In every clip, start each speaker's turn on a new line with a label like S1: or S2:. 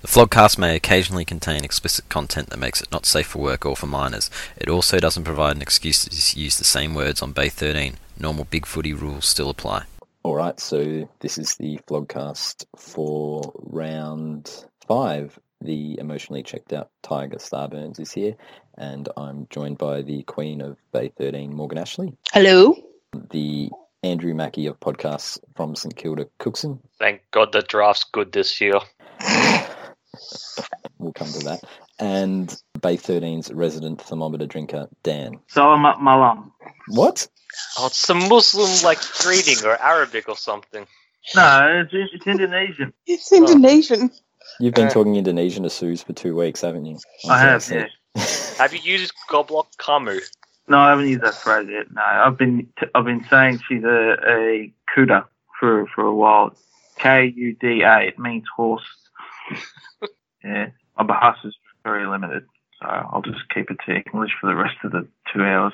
S1: The Flogcast may occasionally contain explicit content that makes it not safe for work or for minors. It also doesn't provide an excuse to use the same words on Bay 13. Normal Big Footy rules still apply.
S2: All right, so this is the vlogcast for round five. The emotionally checked out Tiger Starburns is here, and I'm joined by the Queen of Bay 13, Morgan Ashley,
S3: Hello.
S2: the Andrew Mackey of podcasts from St Kilda, Cookson.
S4: Thank God the draft's good this year.
S2: We'll come to that, and Bay 13's resident thermometer drinker, Dan.
S5: Salam Malam.
S2: What?
S4: Oh, it's some Muslim like greeting or Arabic or something.
S5: No, it's, it's Indonesian.
S3: It's Indonesian.
S2: Oh, You've been
S4: Uh,
S2: talking Indonesian to Suze for two weeks, haven't you?
S5: I have, yeah.
S4: Have you used Goblok Kamu?
S5: No, I haven't used that phrase yet. No, I've been t- I've been saying she's a, a kuda for for a while. K U D A. It means horse. yeah, my Bahasa is very limited, so I'll just keep it to English for the rest of the two hours.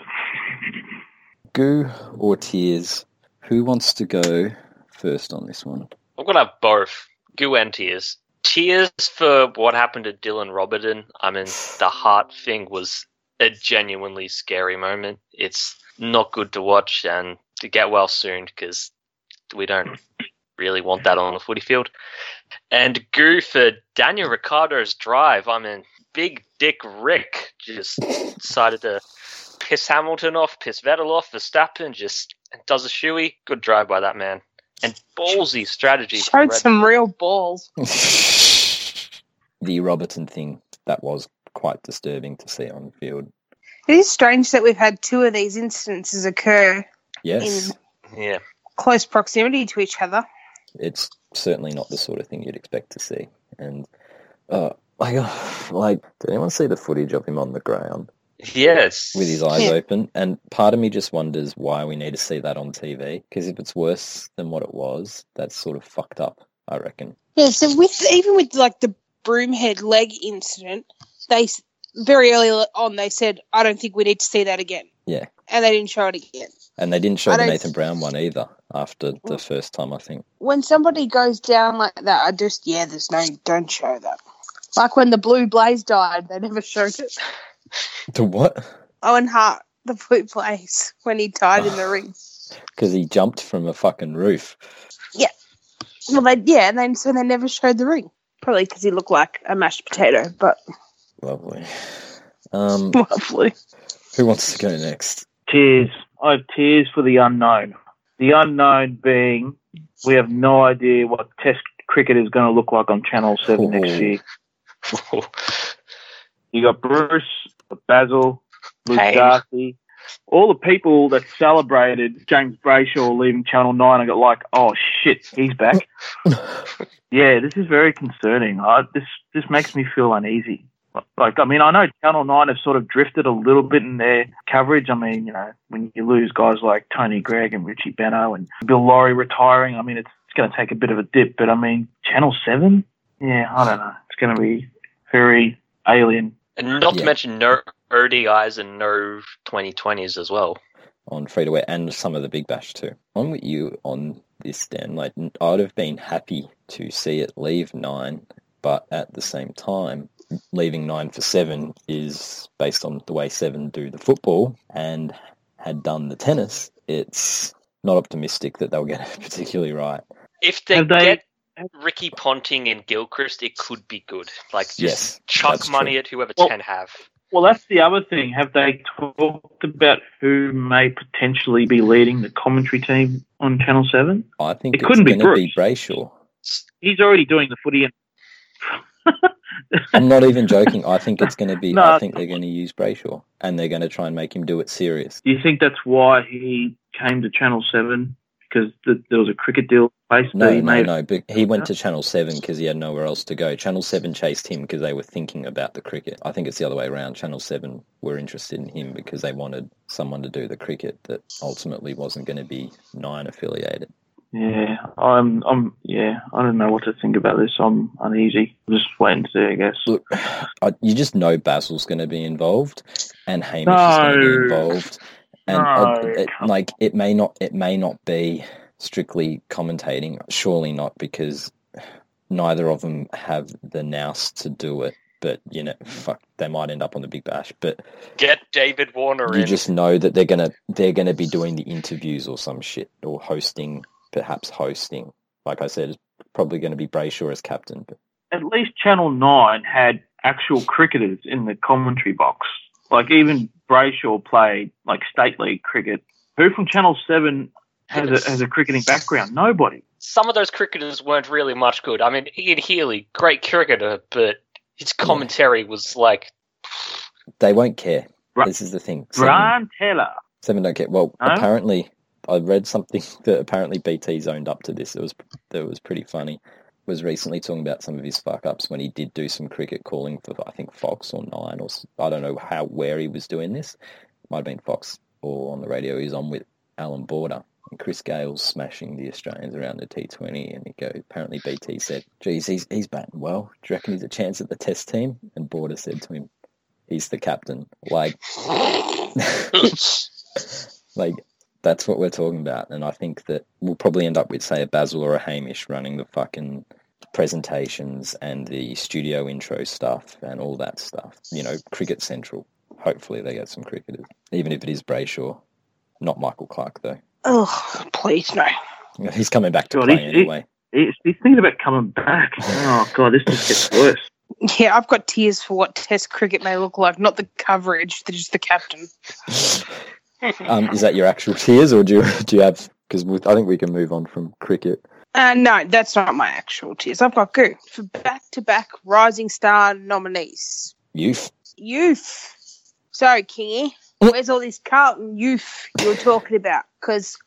S2: Goo or tears? Who wants to go first on this one?
S4: I'm gonna have both. Goo and tears. Tears for what happened to Dylan Roberton. I mean, the heart thing was a genuinely scary moment. It's not good to watch, and to get well soon because we don't really want that on the footy field. And goo for Daniel Ricciardo's drive. I mean, big dick Rick just decided to piss Hamilton off, piss Vettel off, Verstappen just does a shoey. Good drive by that man. And ballsy strategy. from
S3: Showed
S4: Red
S3: some real balls.
S2: the Robertson thing that was quite disturbing to see on field.
S3: It is strange that we've had two of these instances occur
S2: Yes,
S3: in
S4: Yeah,
S3: close proximity to each other.
S2: it's certainly not the sort of thing you'd expect to see. And uh, like, like, did anyone see the footage of him on the ground
S4: yes.
S2: with his eyes
S3: Yeah.
S2: open? And part of me just wonders why we need to see that on TV. Because if it's worse than what it was, that's sort of fucked up. I reckon.
S3: Yeah, so with even with like the broomhead leg incident, they s- very early on they said, "I don't think we need to see that again."
S2: Yeah.
S3: and they didn't show it again.
S2: And they didn't show
S3: I
S2: the
S3: don't-
S2: Nathan Brown one either after the
S3: Mm.
S2: first time, I think.
S3: When somebody goes down like that, I just yeah, there's no don't show that. Like when the blue blaze died, they never showed it.
S2: To what?
S3: Owen Hart, the blue blaze, when he died in the ring.
S2: Because he jumped from a fucking roof.
S3: Well, they yeah, and then so they never showed the ring. Probably because he looked like a mashed potato, but
S2: Lovely. Um,
S3: lovely.
S2: who wants to go next?
S5: Tears. I have tears for the unknown. The unknown being we have no idea what Test cricket is going to look like on Channel Seven next
S2: Ooh.
S5: year. You got Bruce, Basil, Luke
S3: Hey.
S5: Darcy, all the people that celebrated James Brayshaw leaving Channel Nine. I got like, oh shit, he's back. yeah, this is very concerning. I, this this makes me feel uneasy. Like, I mean, I know Channel Nine have sort of drifted a little bit in their coverage. I mean, you know, when you lose guys like Tony Gregg and Richie Beno and Bill Laurie retiring, I mean, it's, it's going to take a bit of a dip. But I mean, Channel Seven, yeah, I don't know. It's going to be very alien
S4: And not
S2: Yeah.
S4: to mention no ODIs and no 2020s as well.
S2: on free to wear and some of the Big Bash too. I'm with you on this, Dan. Like, I'd have been happy to see it leave nine, but at the same time, leaving nine for seven is based on the way seven do the football and had done the tennis. It's not optimistic that they'll get it particularly right.
S4: If they,
S5: Have they-
S4: get Ricky Ponting and Gilchrist, it could be good. Like, just
S2: Yes, that's
S4: chuck
S2: true.
S4: money at whoever
S5: Well-
S4: can have.
S5: Well, that's the other thing. Have they talked about who may potentially be leading the commentary team on Channel 7?
S2: I think
S5: It
S2: it's
S5: couldn't be
S2: going to be
S5: Brooks.
S2: Brayshaw.
S5: He's already doing the footy. And-
S2: I'm not even joking. I think it's going to be. I
S5: No.
S2: think they're going to use Brayshaw, and they're going to try and make him do it serious.
S5: Do you think that's why he came to Channel 7? Because th there was a cricket deal in place
S2: No,
S5: that he
S2: no,
S5: made?
S2: no. But he went to Channel Seven because he had nowhere else to go. Channel Seven chased him because they were thinking about the cricket. I think it's the other way around. Channel Seven were interested in him because they wanted someone to do the cricket that ultimately wasn't going to be nine affiliated.
S5: Yeah, I'm, I'm, yeah, I don't know what to think about this. I'm uneasy. Just wait and see, I guess.
S2: Look, I, you just know Basil's going to be involved, and Hamish is going to be
S5: No.
S2: involved. and uh,
S5: No,
S2: it,
S5: come
S2: like it may not it may not be strictly commentating surely not because neither of them have the nous to do it. But you know, fuck, they might end up on the Big Bash. But
S4: Get David Warner
S2: you
S4: in.
S2: just know that they're gonna they're gonna be doing the interviews or some shit or hosting, perhaps hosting. Like I said, it's probably going to be Brayshaw as captain. But
S5: at least Channel 9 had actual cricketers in the commentary box. Like, even Brayshaw played, like, state league cricket. Who from Channel 7 has a, has a cricketing background? Nobody.
S4: Some of those cricketers weren't really much good. I mean, Ian Healy, great cricketer, but his commentary was like,
S2: they won't care.
S5: Bra-
S2: this is the thing. Seven-
S5: Brian Teller.
S2: Seven don't care. Well,
S5: No?
S2: apparently, I read something that apparently BT's owned up to this. It was that was pretty funny. Was recently talking about some of his fuck ups when he did do some cricket calling for I think Fox or Nine or s- I don't know how where he was doing this. Might have been Fox or on the radio. He was on with Alan Border and Chris Gale's smashing the Australians around the T20. And he go apparently BT said, "Geez, he's he's batting well. Do you reckon he's a chance at the Test team?" And Border said to him, "He's the captain." Like like that's what we're talking about. And I think that we'll probably end up with say a Basil or a Hamish running the fucking presentations and the studio intro stuff and all that stuff. You know, Cricket Central. Hopefully they get some cricketers, even if it is Brayshaw, not Michael Clark though.
S3: Oh, please no.
S2: He's coming back to
S5: God,
S2: play
S5: he- he-
S2: anyway.
S5: He's, he's thinking about coming back. Oh, God, this just gets worse.
S3: Yeah, I've got tears for what Test cricket may look like, not the coverage, just the captain.
S2: Um, is that your actual tears, or do you do you have? Because I think we can move on from cricket.
S3: Uh, no, that's not my actual tears. I've got goo for back to back Rising Star nominees.
S2: Youth.
S3: Youth. Sorry, Kingy. Where's all this Carlton youth you're talking about? Because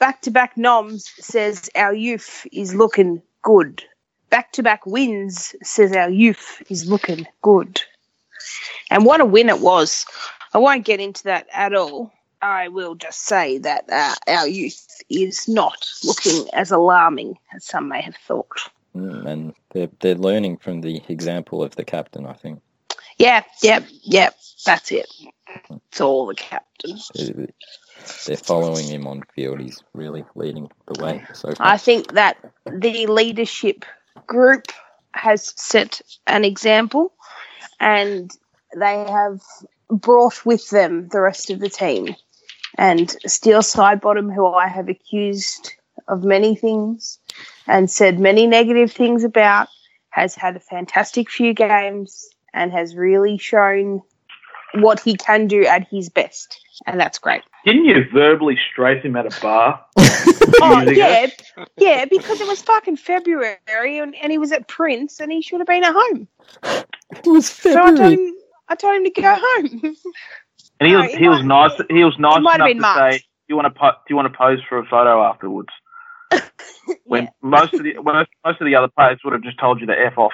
S3: back to back noms says our youth is looking good. Back to back wins says our youth is looking good. And what a win it was. I won't get into that at all. I will just say that uh, our youth is not looking as alarming as some may have thought.
S2: Mm, and they're they're learning from the example of the captain. I think
S3: Yeah, yep, yep. That's it. It's all the captain.
S2: they're they're following him on field. He's really leading the way so far.
S3: I think that the leadership group has set an example and they have brought with them the rest of the team. And Steele Sidebottom, who I have accused of many things and said many negative things about, has had a fantastic few games and has really shown what he can do at his best. And that's great.
S5: Didn't you verbally strafe him at a bar?
S3: Oh
S5: years ago?
S3: yeah, yeah, because it was fucking February and, and he was at Prince and he should have been at home.
S2: it was
S3: So I told him, I told him to go home.
S5: And he
S3: No,
S5: was,
S3: it
S5: he was
S3: Uh, might-
S5: nice. He was nice
S3: it might have
S5: enough
S3: been
S5: to
S3: March.
S5: say, "Do you want to po- do you want to pose for a photo afterwards?" When
S3: Yeah.
S5: most of the most, most of the other players would have just told you to f off.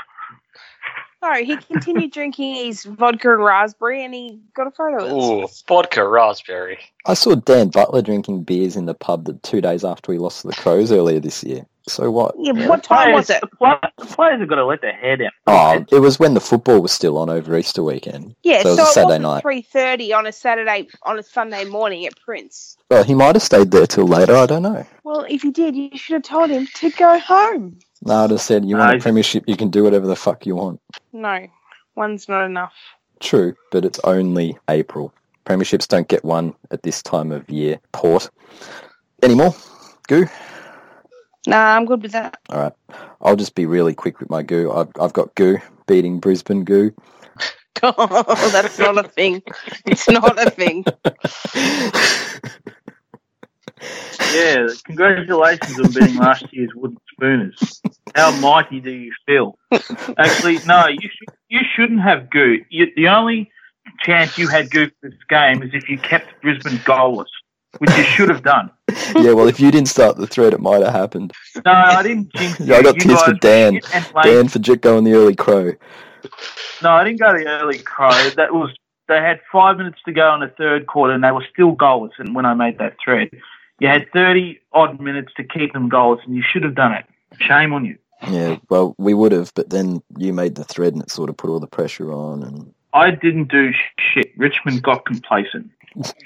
S3: No, he continued drinking his vodka and raspberry and he got a photo of us.
S4: ooh, vodka raspberry.
S2: I saw Dan Butler drinking beers in the pub the two days after we lost to the Crows earlier this year. So what?
S3: Yeah, but what time was it?
S5: The, pla- the players have got to let their hair down.
S2: Oh, it was when the football was still on over Easter weekend. so
S3: Yeah,
S2: it
S3: so
S2: was
S3: it
S2: a Saturday
S3: wasn't
S2: night.
S3: three thirty on a Saturday on a Sunday morning at Prince.
S2: Well, he might have stayed there till later. I don't know.
S3: Well, if he did, you should have told him to go home.
S2: No, I'd have said, you want a
S5: Nice.
S2: premiership, you can do whatever the fuck you want.
S3: No, one's not enough.
S2: True, but it's only April. Premierships don't get won at this time of year. Port. Anymore? Goo?
S3: Nah, I'm good with that.
S2: All right. I'll just be really quick with my goo. I've, I've got goo beating Brisbane goo.
S3: Oh, that's not a thing. It's not a thing.
S5: Yeah, congratulations on beating last year's wooden spooners. How mighty do you feel? Actually, no, you should, you shouldn't have goo. You, the only chance you had goo for this game is if you kept Brisbane goalless, which you should have done.
S2: yeah, well, if you didn't start the thread, it might have happened.
S5: No, I didn't jinx you.
S2: Yeah, I got
S5: You
S2: tears for
S5: guys-
S2: Dan.
S5: and Blake-
S2: Dan for Jitko and the early crow.
S5: No, I didn't go to the early crow. That was they had five minutes to go in the third quarter, and they were still goalless. And when I made that thread, you had thirty odd minutes to keep them goalless, and you should have done it. Shame on you.
S2: Yeah, well, we would have, but then you made the thread and it sort of put all the pressure on. And
S5: I didn't do shit. Richmond got complacent.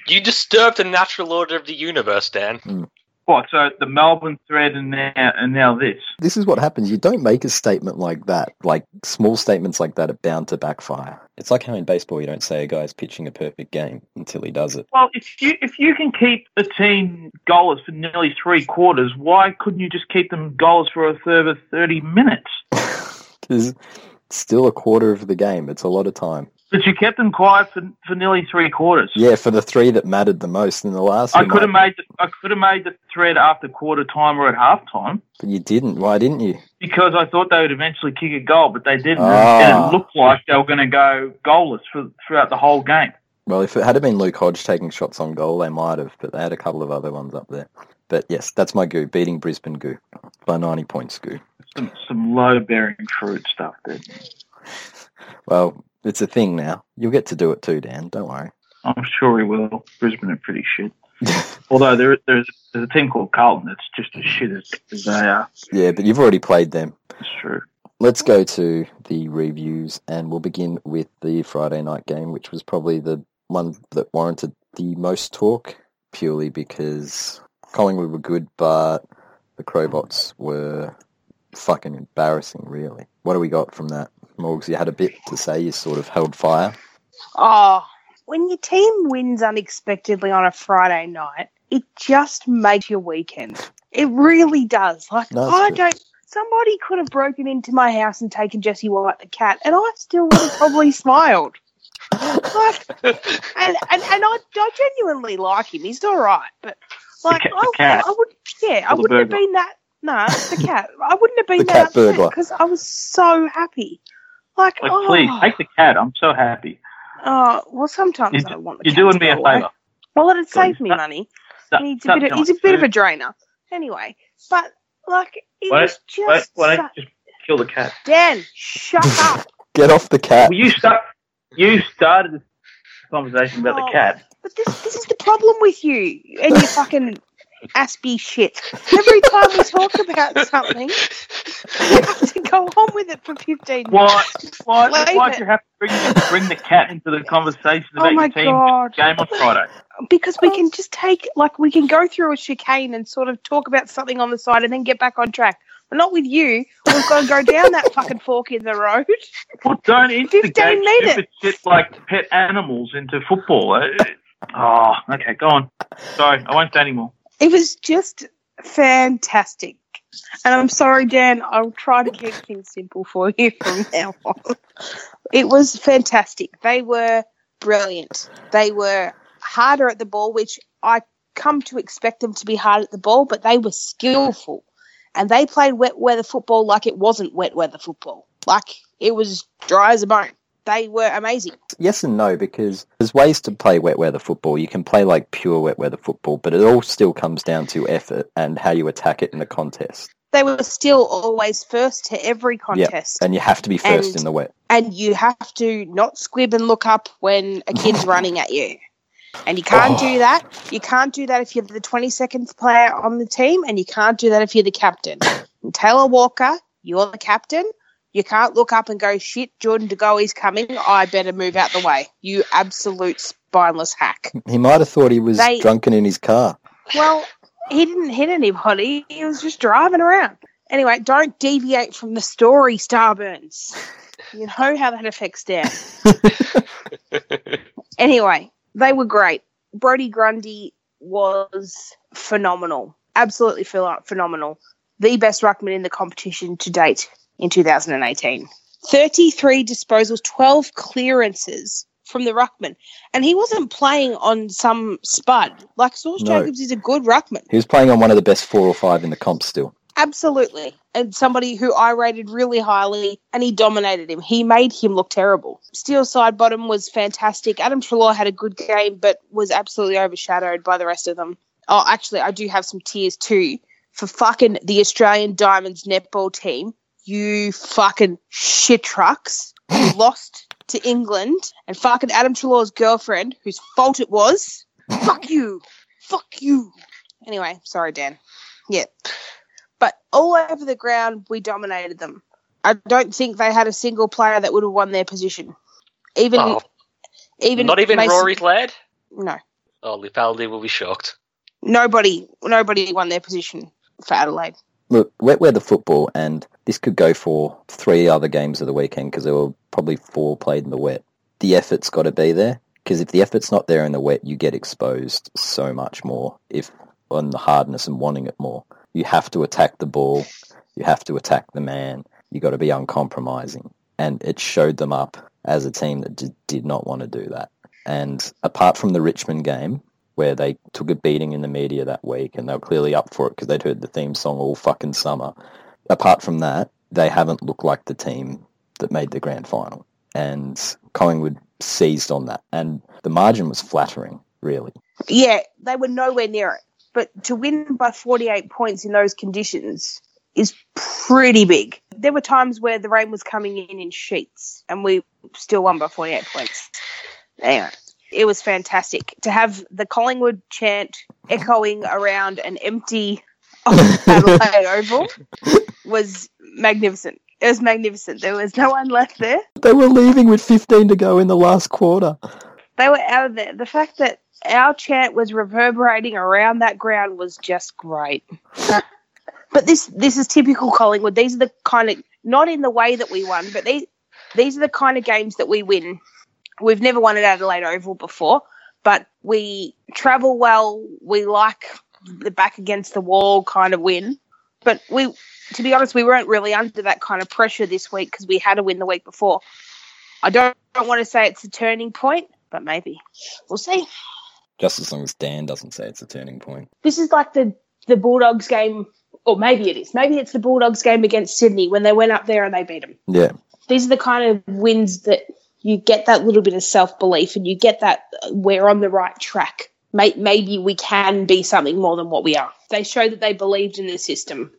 S4: You disturbed the natural order of the universe, Dan.
S5: What? So the Melbourne thread and now and now this.
S2: This is what happens. You don't make a statement like that. Like small statements like that are bound to backfire. It's like how in baseball you don't say a guy's pitching a perfect game until he does it.
S5: Well, if you if you can keep a team goalless for nearly three quarters, why couldn't you just keep them goalless for a further thirty minutes?
S2: 'Cause it's still a quarter of the game. It's a lot of time.
S5: But you kept them quiet for, for nearly three quarters.
S2: Yeah, for the three that mattered the most in the last.
S5: I
S2: you
S5: could have
S2: might-
S5: made the, I could have made the thread after quarter time or at half time
S2: But you didn't. Why didn't you?
S5: because I thought they would eventually kick a goal, but they didn't,
S2: Ah.
S5: and it looked like they were going to go goalless for, throughout the whole game.
S2: Well, if it had been Luke Hodge taking shots on goal, they might have, but they had a couple of other ones up there. But yes, that's my goo, beating Brisbane goo by 90 points goo.
S5: Some some low bearing fruit stuff there.
S2: Well, it's a thing now. You'll get to do it too, Dan. Don't worry.
S5: I'm sure he will. Brisbane are pretty shit. Although there, there's, there's a team called Carlton that's just as shit as, as they are.
S2: Yeah, but you've already played them.
S5: It's true.
S2: Let's go to the reviews, and we'll begin with the Friday night game, which was probably the one that warranted the most talk, purely because Collingwood were good, but the Crowbots were fucking embarrassing, really. What do we got from that? Morgs, you had a bit to say, you sort of held fire.
S3: Oh, when your team wins unexpectedly on a Friday night, it just makes your weekend. It really does. Like
S2: No, it's
S3: I
S2: true.
S3: don't. Somebody could have broken into my house and taken Jesse White the cat, and I still would have probably smiled. Like, and and, and I, I genuinely like him. He's all right, but like
S5: ca- the
S3: I,
S5: cat?
S3: I would, yeah, I
S5: Or the
S3: wouldn't have
S5: burglar?
S3: been that. No, it's the cat. I wouldn't have been
S2: The cat
S3: that upset
S2: burglar.
S3: because I was so happy. Like,
S5: Like,
S3: oh,
S5: please take the cat. I'm so happy.
S3: Oh, well, sometimes
S5: You-
S3: I want the
S5: You're
S3: cat
S5: doing
S3: to
S5: me
S3: go
S5: a
S3: away.
S5: favour.
S3: Well, it'd save me
S5: Stop-
S3: money.
S5: Stop-
S3: He's a
S5: stop
S3: bit, of,
S5: telling
S3: he's a bit of a
S5: me.
S3: drainer. Anyway, but, like, it
S5: Why-
S3: was just.
S5: Why, why don't
S3: such-
S5: you just kill the cat?
S3: Dan, shut up.
S2: Get off the cat.
S5: Well, you start. You started this conversation about
S3: Oh.
S5: the cat.
S3: But this, this is the problem with you and your fucking aspie shit. Every time we talk about something, you have to go on with it for 15 minutes.
S5: Why? Why?
S3: Leave
S5: Why
S3: it.
S5: do you have to bring the, bring the cat into the conversation
S3: Oh
S5: about
S3: my
S5: your team
S3: God.
S5: game on Friday?
S3: Because we can just take, like, we can go through a chicane and sort of talk about something on the side and then get back on track. But not with you. We've got to go down that fucking fork in the road.
S5: Well, don't instigate
S3: 15 minutes.
S5: stupid shit like pet animals into football. Uh, Oh, okay, go on. Sorry, I won't say anymore.
S3: It was just fantastic. And I'm sorry, Dan, I'll try to keep things simple for you from now on. It was fantastic. They were brilliant. They were harder at the ball, which I come to expect them to be hard at the ball, but they were skillful. And they played wet weather football like it wasn't wet weather football. Like it was dry as a bone. They were amazing.
S2: yes and no because there's ways to play wet weather football. You can play like pure wet weather football, but it all still comes down to effort and how you attack it in the contest.
S3: They were still always first to every contest.
S2: And you have to be first
S3: And-
S2: in the wet.
S3: and you have to not squib and look up when a kid's running at you. And you can't do that. You can't do that if you're the 22nd player on the team, and you can't do that if you're the captain. And Taylor Walker, you're the captain. You can't look up and go, shit, Jordan De Goey's coming. I better move out the way. You absolute spineless hack.
S2: He might have thought he was
S3: They-
S2: drunken in his car.
S3: Well, he didn't hit anybody. He was just driving around. Anyway, don't deviate from the story, Starburns. You know how that affects Dan. anyway, they were great. Brody Grundy was phenomenal. Absolutely phil- phenomenal. The best ruckman in the competition to date in 2018. 33 disposals, 12 clearances from the ruckman. And he wasn't playing on some spud. Like, Source
S2: No.
S3: Jacobs is a good ruckman.
S2: He was playing on one of the best four or five in the comp still.
S3: Absolutely. And somebody who I rated really highly, and he dominated him. He made him look terrible. Steel side bottom was fantastic. Adam Trelaw had a good game, but was absolutely overshadowed by the rest of them. Oh, actually, I do have some tears too for fucking the Australian Diamonds netball team. You fucking shit trucks. You lost to England, and fucking Adam Trelaw's girlfriend, whose fault it was. Fuck you. Fuck you. Anyway, sorry, Dan. Yeah but all over the ground we dominated them. I don't think they had a single player that would have won their position. Even
S4: Oh,
S3: even
S4: not even
S3: Mason-
S4: Rory Laird?
S3: No.
S4: Oh, Lipaldi will be shocked.
S3: Nobody, nobody won their position for Adelaide.
S2: Look, wet weather football, and this could go for three other games of the weekend because there were probably four played in the wet. The effort's got to be there because if the effort's not there in the wet, you get exposed so much more if on the hardness and wanting it more. You have to attack the ball. You have to attack the man. You got to be uncompromising. And it showed them up as a team that d- did not want to do that. And apart from the Richmond game, where they took a beating in the media that week and they were clearly up for it because they'd heard the theme song all fucking summer. Apart from that, they haven't looked like the team that made the grand final. And Collingwood seized on that. And the margin was flattering, really.
S3: Yeah, they were nowhere near it. But to win by 48 points in those conditions is pretty big. There were times where the rain was coming in in sheets and we still won by 48 points. Anyway, it was fantastic to have the Collingwood chant echoing around an empty Adelaide Oval was magnificent. It was magnificent. There was no one left there.
S2: They were leaving with 15 to go in the last quarter.
S3: They were out of there. The fact that our chant was reverberating around that ground was just great. but this this is typical Collingwood. These are the kind of not in the way that we won, but these these are the kind of games that we win. We've never won at Adelaide Oval before, but we travel well. We like the back against the wall kind of win. But we, to be honest, we weren't really under that kind of pressure this week because we had a win the week before. I don't, don't want to say it's a turning point, but maybe we'll see.
S2: Just as long as Dan doesn't say it's a turning point.
S3: this is like the the Bulldogs game, or maybe it is. Maybe it's the Bulldogs game against Sydney when they went up there and they beat them.
S2: Yeah.
S3: These are the kind of wins that you get that little bit of self belief and you get that uh, we're on the right track. May- Maybe we can be something more than what we are. They show that they believed in the system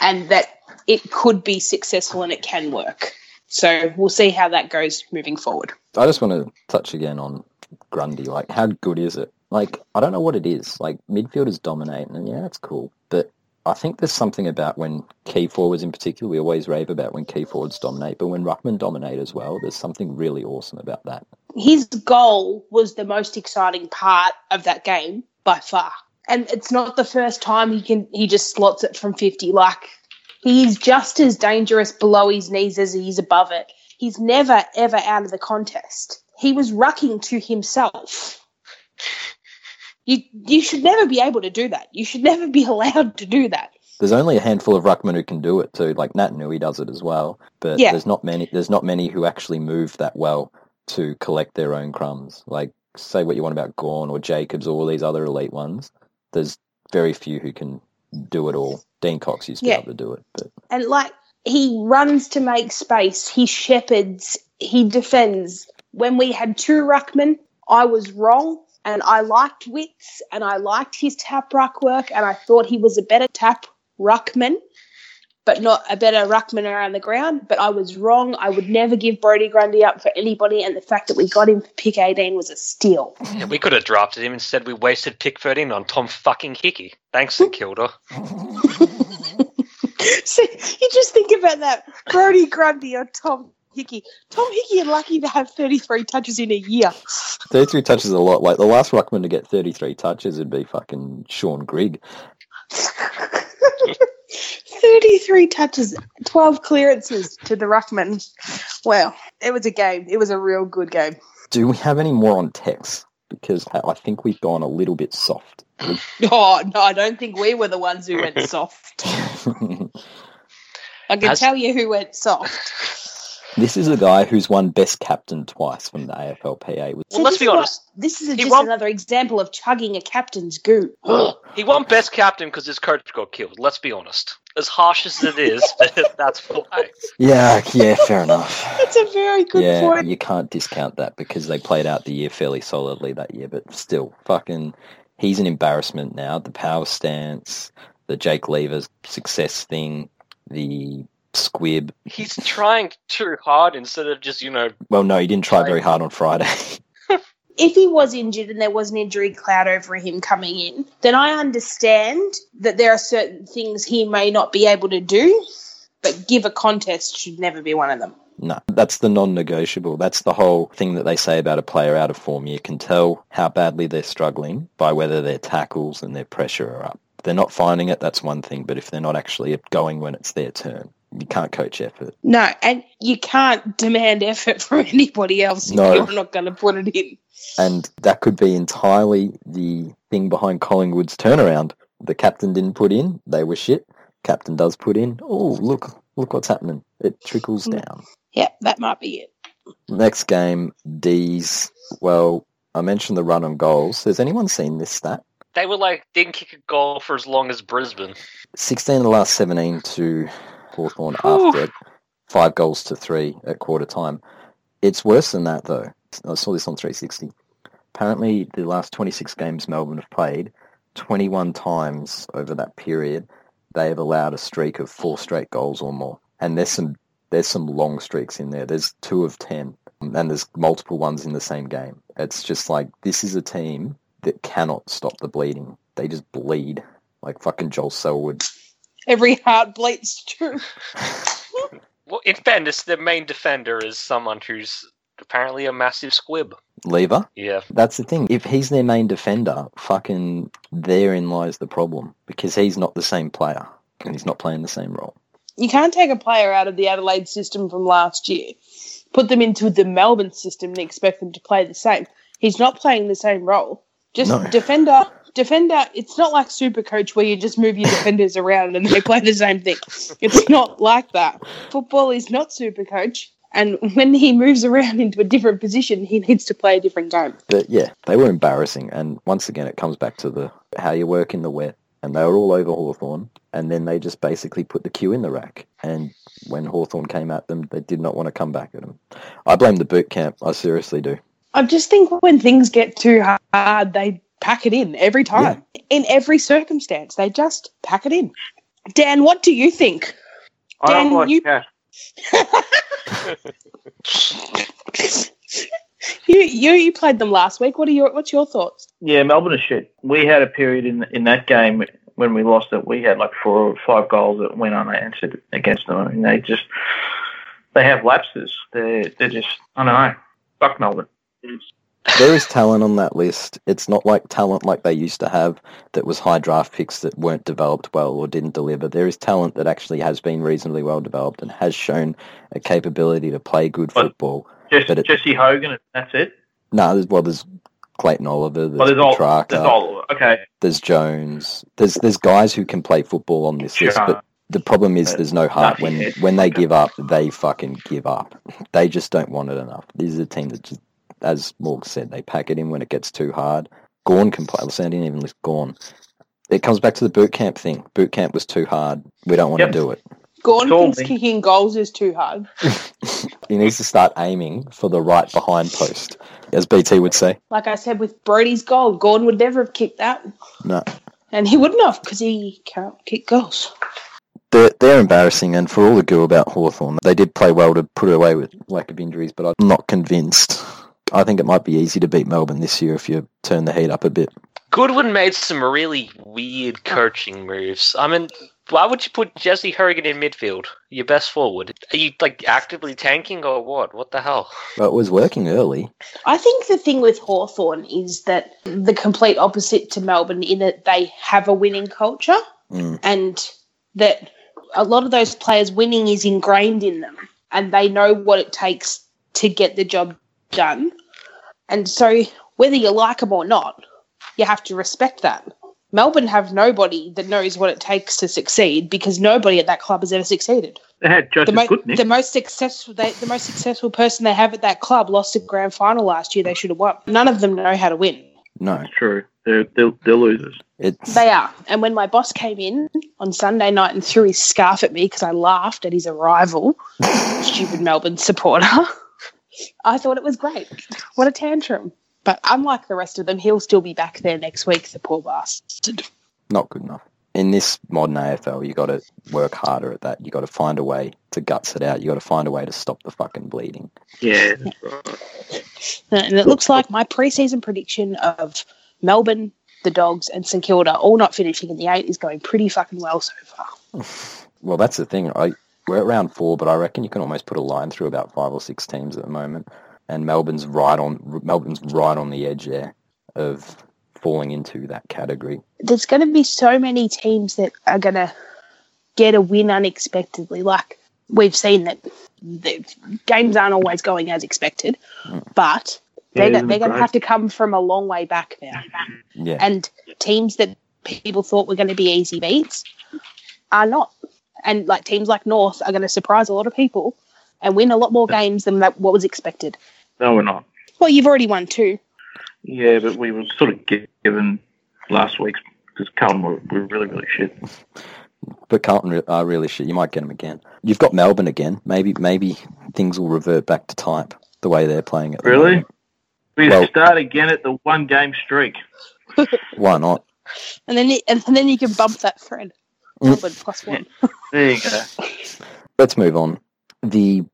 S3: and that it could be successful and it can work. So we'll see how that goes moving forward.
S2: I just want to touch again on Grundy. Like, how good is it? Like, I don't know what it is. Like, midfielders dominate, and yeah, that's cool. But I think there's something about when key forwards, in particular, we always rave about when key forwards dominate. But when ruckmen dominate as well, there's something really awesome about that.
S3: his goal was the most exciting part of that game by far. And it's not the first time he can he just slots it from 50 like he's just as dangerous below his knees as he is above it. He's never ever out of the contest. He was rucking to himself. You you should never be able to do that. You should never be allowed to do that.
S2: There's only a handful of ruckmen who can do it too. Like Nat Nui does it as well, but
S3: Yeah.
S2: there's not many. There's not many who actually move that well to collect their own crumbs. Like, say what you want about Gorn or Jacobs or all these other elite ones. There's very few who can do it all. Dean Cox used to
S3: Yeah.
S2: be able to do it, but
S3: and like he runs to make space, he shepherds, he defends. When we had two ruckmen, I was wrong, and I liked Wits, and I liked his tap ruck work, and I thought he was a better tap ruckman, but not a better ruckman around the ground. But I was wrong. I would never give Brody Grundy up for anybody, and the fact that we got him for pick eighteen was a steal.
S4: Yeah, we could have drafted him. Instead, we wasted pick 13 on Tom fucking Hickey. Thanks, St Kilda.
S3: See, you just think about that. Brody Grundy or Tom Hickey. Tom Hickey are lucky to have 33 touches in a year.
S2: 33 touches is a lot. Like the last ruckman to get 33 touches would be fucking Sean Grigg.
S3: 33 touches, 12 clearances to the Ruckman. Wow, it was a game. It was a real good game.
S2: Do we have any more on Tex? Because uh, I I think we've gone a little bit soft.
S3: Oh, no, I don't think we were the ones who went soft. I can
S4: Has-
S3: tell you who went soft.
S2: this is a guy who's won best captain twice from the AFLPA. With-
S4: Well, let's
S3: this
S4: be
S3: is what-
S4: honest.
S3: this is a-
S4: He
S3: just
S4: won't-
S3: another example of chugging a captain's goo.
S4: He won best captain because his coach got killed. Let's be honest. As harsh as it is, that's why.
S2: yeah, yeah, fair enough.
S3: That's a very good
S2: yeah,
S3: point.
S2: you can't discount that because they played out the year fairly solidly that year, but still, fucking, he's an embarrassment now. The power stance, the Jake Lever success thing, the squib.
S4: He's trying too hard instead of just, you know,
S2: Well, no, he didn't try
S4: Like-
S2: very hard on Friday.
S3: if he was injured and there was an injury cloud over him coming in, then I understand that there are certain things he may not be able to do, but give a contest should never be one of them.
S2: No, that's the non-negotiable. That's the whole thing that they say about a player out of form. You can tell how badly they're struggling by whether their tackles and their pressure are up. If they're not finding it, that's one thing, but if they're not actually going when it's their turn, you can't coach effort.
S3: No, and you can't demand effort from anybody else if
S2: No.
S3: you're not going to put it in.
S2: And that could be entirely the thing behind Collingwood's turnaround. The captain didn't put in, they were shit. Captain does put in. Oh, look, look what's happening. It trickles down.
S3: Yeah, that might be it.
S2: Next game, D's. Well, I mentioned the run on goals. Has anyone seen this stat?
S4: They were like didn't kick a goal for as long as Brisbane.
S2: 16 of the last 17 to Hawthorn
S3: Whew.
S2: after five goals to three at quarter time. It's worse than that, though. I saw this on 360. Apparently, the last 26 games Melbourne have played, 21 times over that period, they have allowed a streak of four straight goals or more. And there's some there's some long streaks in there. There's two of 10, and there's multiple ones in the same game. It's just like this is a team that cannot stop the bleeding. They just bleed like fucking Joel Selwood.
S3: Every heart bleeds true.
S4: Well, in fairness, their main defender is someone who's apparently a massive squib.
S2: Lever.
S4: Yeah,
S2: That's the thing. If he's their main defender, fucking therein lies the problem because he's not the same player and he's not playing the same role.
S3: You can't take a player out of the Adelaide system from last year, put them into the Melbourne system, and expect them to play the same. He's not playing the same role. Just
S2: No.
S3: defender, defender. It's not like Super Coach where you just move your defenders around and they play the same thing. It's not like that. Football is not Super Coach, and when he moves around into a different position, he needs to play a different game.
S2: But yeah, they were embarrassing. And once again, it comes back to the how you work in the wet. And they were all over Hawthorn, And then they just basically put the queue in the rack. And when Hawthorn came at them, they did not want to come back at them. I blame the boot camp. I seriously do.
S3: I just think when things get too hard, they pack it in every time, in every circumstance. They just pack it in. Dan, what do you think?
S5: I don't
S3: Dan,
S5: like
S3: you-
S5: cats.
S3: You, you you played them last week. What are your what's your thoughts?
S5: Yeah, Melbourne is shit. We had a period in in that game when we lost it. We had like four or five goals that went unanswered against them, and they just they have lapses. They they're just I don't know. Fuck Melbourne.
S2: There is talent on that list. It's not like talent like they used to have that was high draft picks that weren't developed well or didn't deliver. There is talent that actually has been reasonably well developed and has shown a capability to play good
S5: But-
S2: football.
S5: Just,
S2: But it-
S5: Jesse Hogan. and That's it.
S2: No, there's, well, there's Clayton Oliver, there's,
S5: Well, there's all.
S2: Petrarca,
S5: There's all. Okay.
S2: there's Jones. There's there's guys who can play football on this list,
S5: Sure.
S2: but the problem is
S5: But
S2: there's no heart.
S5: nothing
S2: When
S5: is-
S2: when they
S5: okay.
S2: give up, they fucking give up. They just don't want it enough. This is a team that just, as Morg said, they pack it in when it gets too hard. Gorn can play. Listen, I didn't even list Gorn. It comes back to the boot camp thing. Boot camp was too hard. We don't want
S5: Yep.
S2: to do it.
S3: Gordon
S5: Sure,
S3: thinks
S5: mate.
S3: kicking goals is too hard.
S2: He needs to start aiming for the right behind post, as BT would say.
S3: Like I said with Brody's goal, Gordon would never have kicked that,
S2: No,
S3: and he wouldn't have because he can't kick goals.
S2: they're, they're embarrassing, and for all the goo about Hawthorn, they did play well to put it away with lack of injuries, but I'm not convinced. I think it might be easy to beat Melbourne this year if you turn the heat up a bit.
S4: Goodwin made some really weird coaching moves. I mean, why would you put Jesse Hogan in midfield, your best forward? Are you like actively tanking or what? What the hell?
S2: But it was working early.
S3: I think the thing with Hawthorn is that the complete opposite to Melbourne in that they have a winning culture.
S2: Mm.
S3: and that a lot of those players winning is ingrained in them and they know what it takes to get the job done and so whether you like them or not you have to respect that melbourne have nobody that knows what it takes to succeed because nobody at that club has ever succeeded
S5: They had
S3: the,
S5: Joseph
S3: mo-
S5: Goodnick.
S3: the most successful they, the most successful person they have at that club lost a grand final last year they should have won none of them know how to win
S2: No,
S5: True. They're, they're they're losers.
S2: it's
S3: They are. And when my boss came in on Sunday night and threw his scarf at me because I laughed at his arrival, stupid Melbourne supporter, I thought it was great. What a tantrum. But unlike the rest of them, he'll still be back there next week, the poor bastard.
S2: not good enough. In this modern AFL, you got to work harder at that. You got to find a way to guts it out. You got to find a way to stop the fucking bleeding.
S5: Yeah.
S3: And it looks like my preseason prediction of Melbourne, the Dogs, and St Kilda all not finishing in the eight is going pretty fucking well so far.
S2: Well, that's the thing. I We're at round four, but I reckon you can almost put a line through about five or six teams at the moment. And Melbourne's right on Melbourne's right on the edge there of falling into that category.
S3: There's going to be so many teams that are going to get a win unexpectedly. Like we've seen that the games aren't always going as expected, but
S5: Yeah,
S3: they're,
S5: isn't it
S3: they're going to
S5: great?
S3: have to come from a long way back now.
S2: Yeah.
S3: And teams that people thought were going to be easy beats are not. And like teams like North are going to surprise a lot of people and win a lot more games than that, what was expected.
S5: No, we're not.
S3: Well, you've already won two.
S5: Yeah, but we were sort of gi- given last week's because Carlton were, were really, really shit.
S2: But Carlton re- are really shit. You might get them again. You've got Melbourne again. Maybe maybe things will revert back to type the way they're playing at the
S5: Really?
S2: moment.
S5: We
S2: Well-
S5: start again at the one game streak.
S2: Why not?
S3: And then, it, and then you can bump that thread.
S2: Mm.
S3: Melbourne plus one.
S5: There you go.
S2: Let's move on. The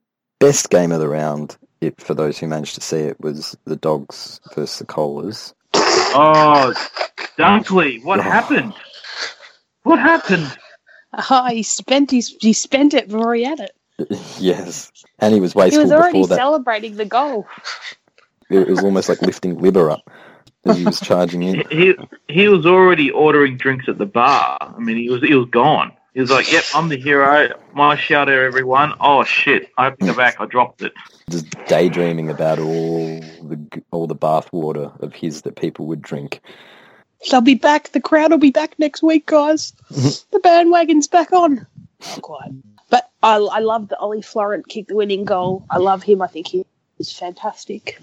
S2: best game of the round, it, for those who managed to see it, was the Dogs versus the Colas.
S5: Oh, Dunkley, what
S2: Oh.
S5: happened? What happened?
S3: Ah, he spent his, he spent it before he had it.
S2: yes, and he was
S3: He
S2: wasteful
S3: was already
S2: before that.
S3: celebrating the goal.
S2: it was almost like lifting Libber up as he was charging in.
S5: He he was already ordering drinks at the bar. I mean, he was he was gone. He was like, "Yep, I'm the hero. My shout out, everyone." Oh shit! I have to go back. I dropped it.
S2: just daydreaming about all the g- all the bathwater of his that people would drink.
S3: They'll be back. The crowd will be back next week, guys. the bandwagon's back on. Not quite. But I, I love that Ollie Florent kicked the winning goal. I love him. I think he is fantastic.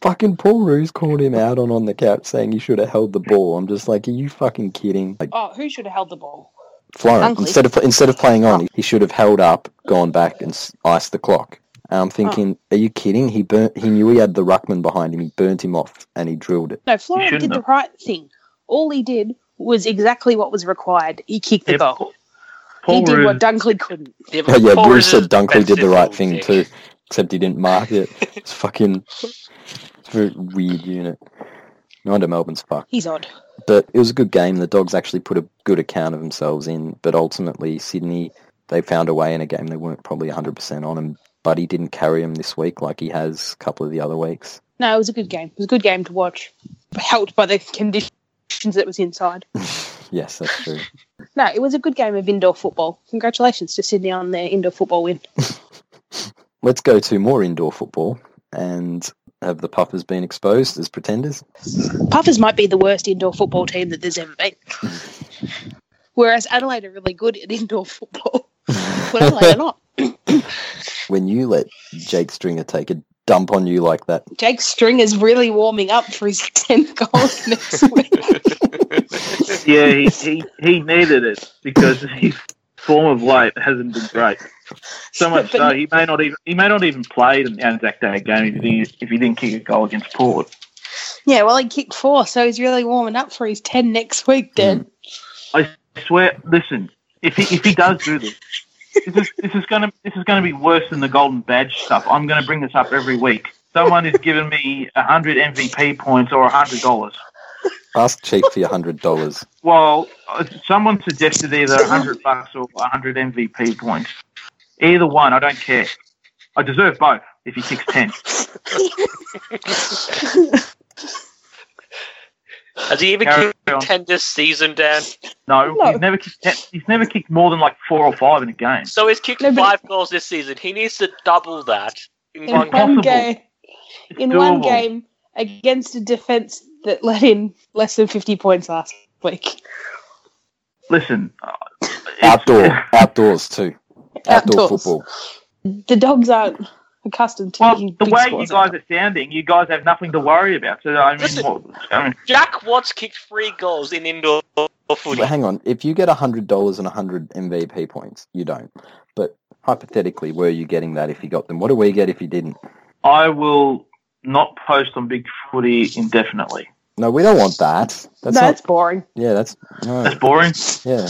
S2: Fucking Paul Roos called him out on on the couch saying he should have held the ball. I'm just like, are you fucking kidding? Like
S3: Oh, who should have held the ball?
S2: Florent,
S3: Dunkley.
S2: instead of instead of playing on, he should have held up, gone back, and s- iced the clock. And I'm thinking, are you kidding? He burnt. He knew he had the ruckman behind him. He burnt him off, and he drilled it.
S3: No,
S5: He
S3: Florent
S5: shouldn't
S3: did the
S5: have.
S3: right thing. All he did was exactly what was required. He kicked the
S5: Yeah,
S3: goal.
S5: Paul-
S3: he
S5: Paul
S3: did what
S5: Roos-
S3: Dunkley couldn't.
S4: Yeah,
S2: Oh, yeah,
S4: Paul
S2: Bruce
S4: Roos
S2: said
S4: is
S2: Dunkley did the
S4: offensive
S2: right
S4: little
S2: thing
S4: dick.
S2: too, except he didn't mark it. It's fucking it's a very weird unit. No wonder Melbourne's fucked.
S3: He's odd.
S2: But it was a good game. The Dogs actually put a good account of themselves in, but ultimately Sydney they found a way in a game they weren't probably 100% on, and Buddy didn't carry him this week like he has a couple of the other weeks.
S3: No, it was a good game. It was a good game to watch, helped by the conditions that was inside.
S2: Yes, that's true.
S3: No, it was a good game of indoor football. Congratulations to Sydney on their indoor football win.
S2: Let's go to more indoor football and have the Puffers been exposed as pretenders?
S3: Puffers might be the worst indoor football team that there's ever been. Whereas Adelaide are really good at indoor football. But Adelaide are not.
S2: When you let Jake Stringer take a dump on you like that,
S3: Jake String is really warming up for his 10th goal next week.
S5: Yeah, he, he he needed it because his form of late hasn't been great. So much
S3: But-
S5: so he may not even he may not even play in the Anzac Day game if he, if he didn't kick a goal against Port.
S3: Yeah, well, he kicked four, so he's really warming up for his 10 next week,
S5: Mm.
S3: Dan.
S5: I swear, listen, if he if he does do this, this is this is gonna this is gonna be worse than the Golden Badge stuff. I'm gonna bring this up every week. Someone has given me hundred MVP points or hundred dollars.
S2: ask Chief for your $100.
S5: Well, uh, someone suggested either 100 bucks or 100 MVP points. Either one, I don't care. I deserve both if he kicks 10.
S4: Has he even
S5: Carry
S4: kicked
S5: on.
S4: ten this season, Dan?
S5: No,
S3: No.
S5: he's never kicked 10. He's never kicked more than like four or five in a game.
S4: So he's kicked
S3: No, but-
S4: five goals this season. He needs to double that in
S3: In
S4: one
S5: Impossible.
S3: one game, in one
S5: doable.
S3: game against a defence that let in less than 50 points last week.
S5: Listen, uh,
S2: Outdoor, outdoors too. Outdoor
S3: Outdoors.
S2: football.
S3: The dogs aren't accustomed to
S5: well,
S3: being
S5: the
S3: big
S5: way you
S3: scores
S5: guys are sounding, you guys have nothing to worry about. So I mean,
S4: Listen.
S5: what, I mean
S4: Jack Watts kicked three goals in indoor footy.
S2: But hang on, if you get hundred dollars and hundred MVP points, you don't. But hypothetically, were you getting that if you got them? What do we get if you didn't?
S5: I will not post on Big Footy indefinitely.
S2: No, we don't want that. That's
S3: no,
S2: not.
S3: it's boring.
S2: Yeah, that's no.
S5: That's boring.
S2: Yeah,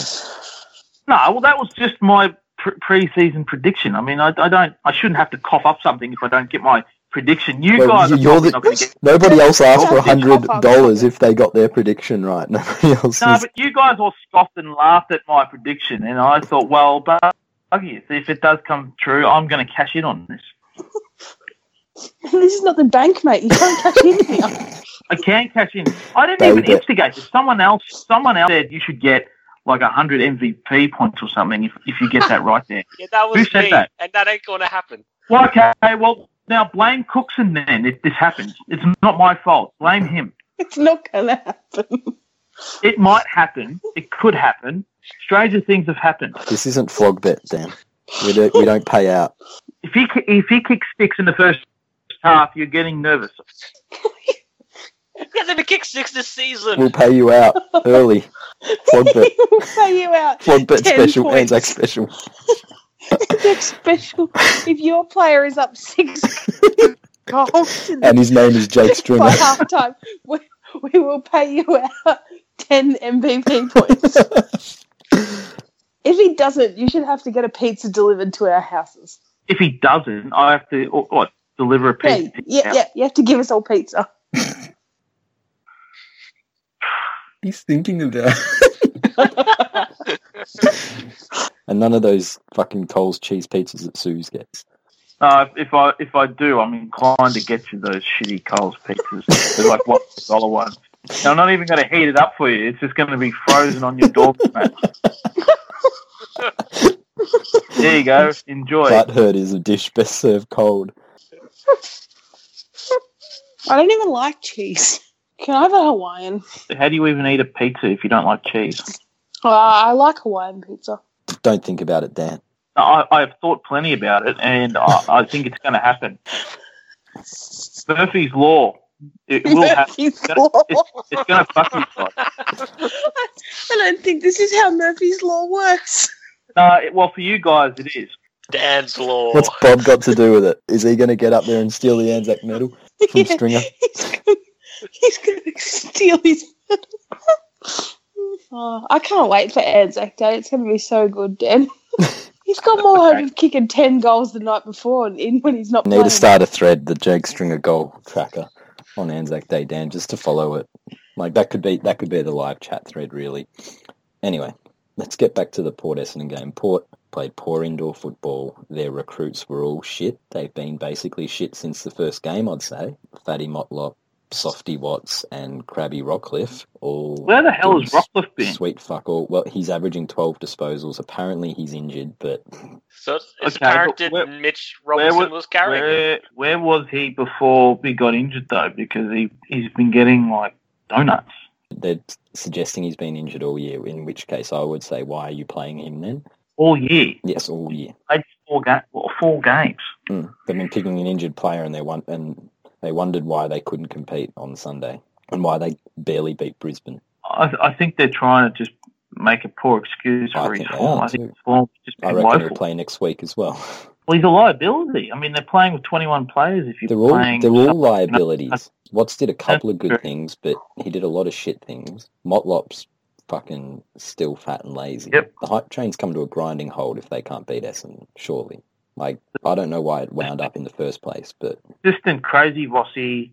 S5: No, well, that was just my pre- pre-season prediction. I mean, I, I don't, I shouldn't have to cough up something if I don't get my prediction. You
S2: Well,
S5: guys
S2: you-
S5: are
S2: you're
S5: probably
S2: the-
S5: not going to get.
S2: nobody else asked for
S3: That's just
S2: hundred
S3: half-half.
S2: dollars if they got their prediction right. Nobody else.
S5: No,
S2: is-
S5: but you guys all scoffed and laughed at my prediction, and I thought, well, but Fuck you. If it does come true, I'm going to cash in on this.
S3: this is not the bank, mate. You can't cash in here.
S5: I can cash in. I didn't even
S2: Baby.
S5: instigate this. Someone else, someone else said you should get like hundred MVP points or something if, if you get that right there.
S4: Yeah, that was
S5: Who said
S4: me,
S5: that?
S4: and that ain't gonna happen.
S5: Well, okay, well now blame Cookson then if this happens. It's not my fault. Blame him.
S3: It's not gonna happen.
S5: It might happen. It could happen. Stranger things have happened.
S2: This isn't flog bet, Dan. We don't, we don't pay out.
S5: If he ki- if he kicks six in the first half, you're getting nervous.
S4: Yeah, they're gonna kick six this season.
S2: We'll pay you out early. Flog bet.
S3: He'll pay you out.
S2: Flog bet
S3: Ten
S2: special,
S3: points.
S2: Anzac special.
S3: Next special. If your player is up six goals in
S2: And his name is Jake Stringer.
S3: by half time, we, we will pay you out 10 MVP points. if he doesn't, you should have to get a pizza delivered to our houses.
S5: If he doesn't, I have to or, what deliver a
S3: Yeah,
S5: piece.
S3: yeah, yeah, you have to give us all pizza.
S2: He's thinking of that. and none of those fucking Coles cheese pizzas that Sue's gets.
S5: Uh, if I if I do, I'm inclined to get you those shitty Coles pizzas. They're like what dollar ones. Now, I'm not even going to heat it up for you. It's just going to be frozen on your doormat. there you go. Enjoy.
S2: Butthurt is a dish best served cold.
S3: I don't even like cheese. Can I have a Hawaiian?
S5: How do you even eat a pizza if you don't like cheese?
S3: Uh, I like Hawaiian pizza.
S2: Don't think about it, Dan.
S5: No, I, I've thought plenty about it, and I, I think it's going to happen. Murphy's law. It will happen.
S3: Murphy's
S5: Gotta-
S3: Law.
S5: It's going to fucking happen.
S3: I don't think this is how Murphy's Law works.
S5: No, it, well, for you guys, it is.
S4: Dan's law.
S2: What's Bob got to do with it? Is he going to get up there and steal the Anzac medal from
S3: Yeah,
S2: Stringer?
S3: he's gonna, he's gonna steal his Oh, I can't wait for Anzac Day. It's gonna be so good, Dan. He's got more hope of kicking ten goals the night before and in when he's not
S2: Need
S3: playing.
S2: to start a thread, the Jake Stringer goal tracker on Anzac Day, Dan, just to follow it. Like that could be that could be the live chat thread, really. Anyway, let's get back to the Port Essendon game. Port played poor indoor football. Their recruits were all shit. They've been basically shit since the first game, I'd say. Fatty Motlop, Softy Watts, and Krabby Rockcliffe all.
S5: Where the hell has
S2: did s-
S5: Rockcliffe been?
S2: Sweet fuck all. Well, he's averaging twelve disposals. Apparently, he's injured, but
S4: So it's, it's
S5: Okay, but
S4: apparent that
S5: where-
S4: Mitch Robinson
S5: where
S4: was,
S5: wa-
S4: carrying. it.
S5: Where, where was he before he got injured though? Because he he's been getting like donuts.
S2: they're suggesting he's been injured all year. In which case, I would say, why are you playing him then?
S5: all year.
S2: Yes, all year.
S5: Played four, ga- well, four games.
S2: Mm. They've been picking an injured player, and they won- and they wondered why they couldn't compete on Sunday and why they barely beat Brisbane.
S5: I, I think they're trying to just make a poor excuse
S2: I
S5: for his
S2: think they
S5: form.
S2: are
S5: I think
S2: too.
S5: his form's just
S2: I
S5: been
S2: reckon he'll
S5: woeful.
S2: play next week as well.
S5: Well, he's a liability. I mean, they're playing with 21 players if you're
S2: They're all
S5: playing.
S2: they're all
S5: some-
S2: liabilities. Watts did a couple of good
S5: Sure.
S2: things, but he did a lot of shit things. Motlop's fucking still fat and lazy.
S5: Yep.
S2: The hype train's come to a grinding halt if they can't beat Essendon. Surely, like I don't know why it wound up in the first place, but
S5: Distant crazy Vossi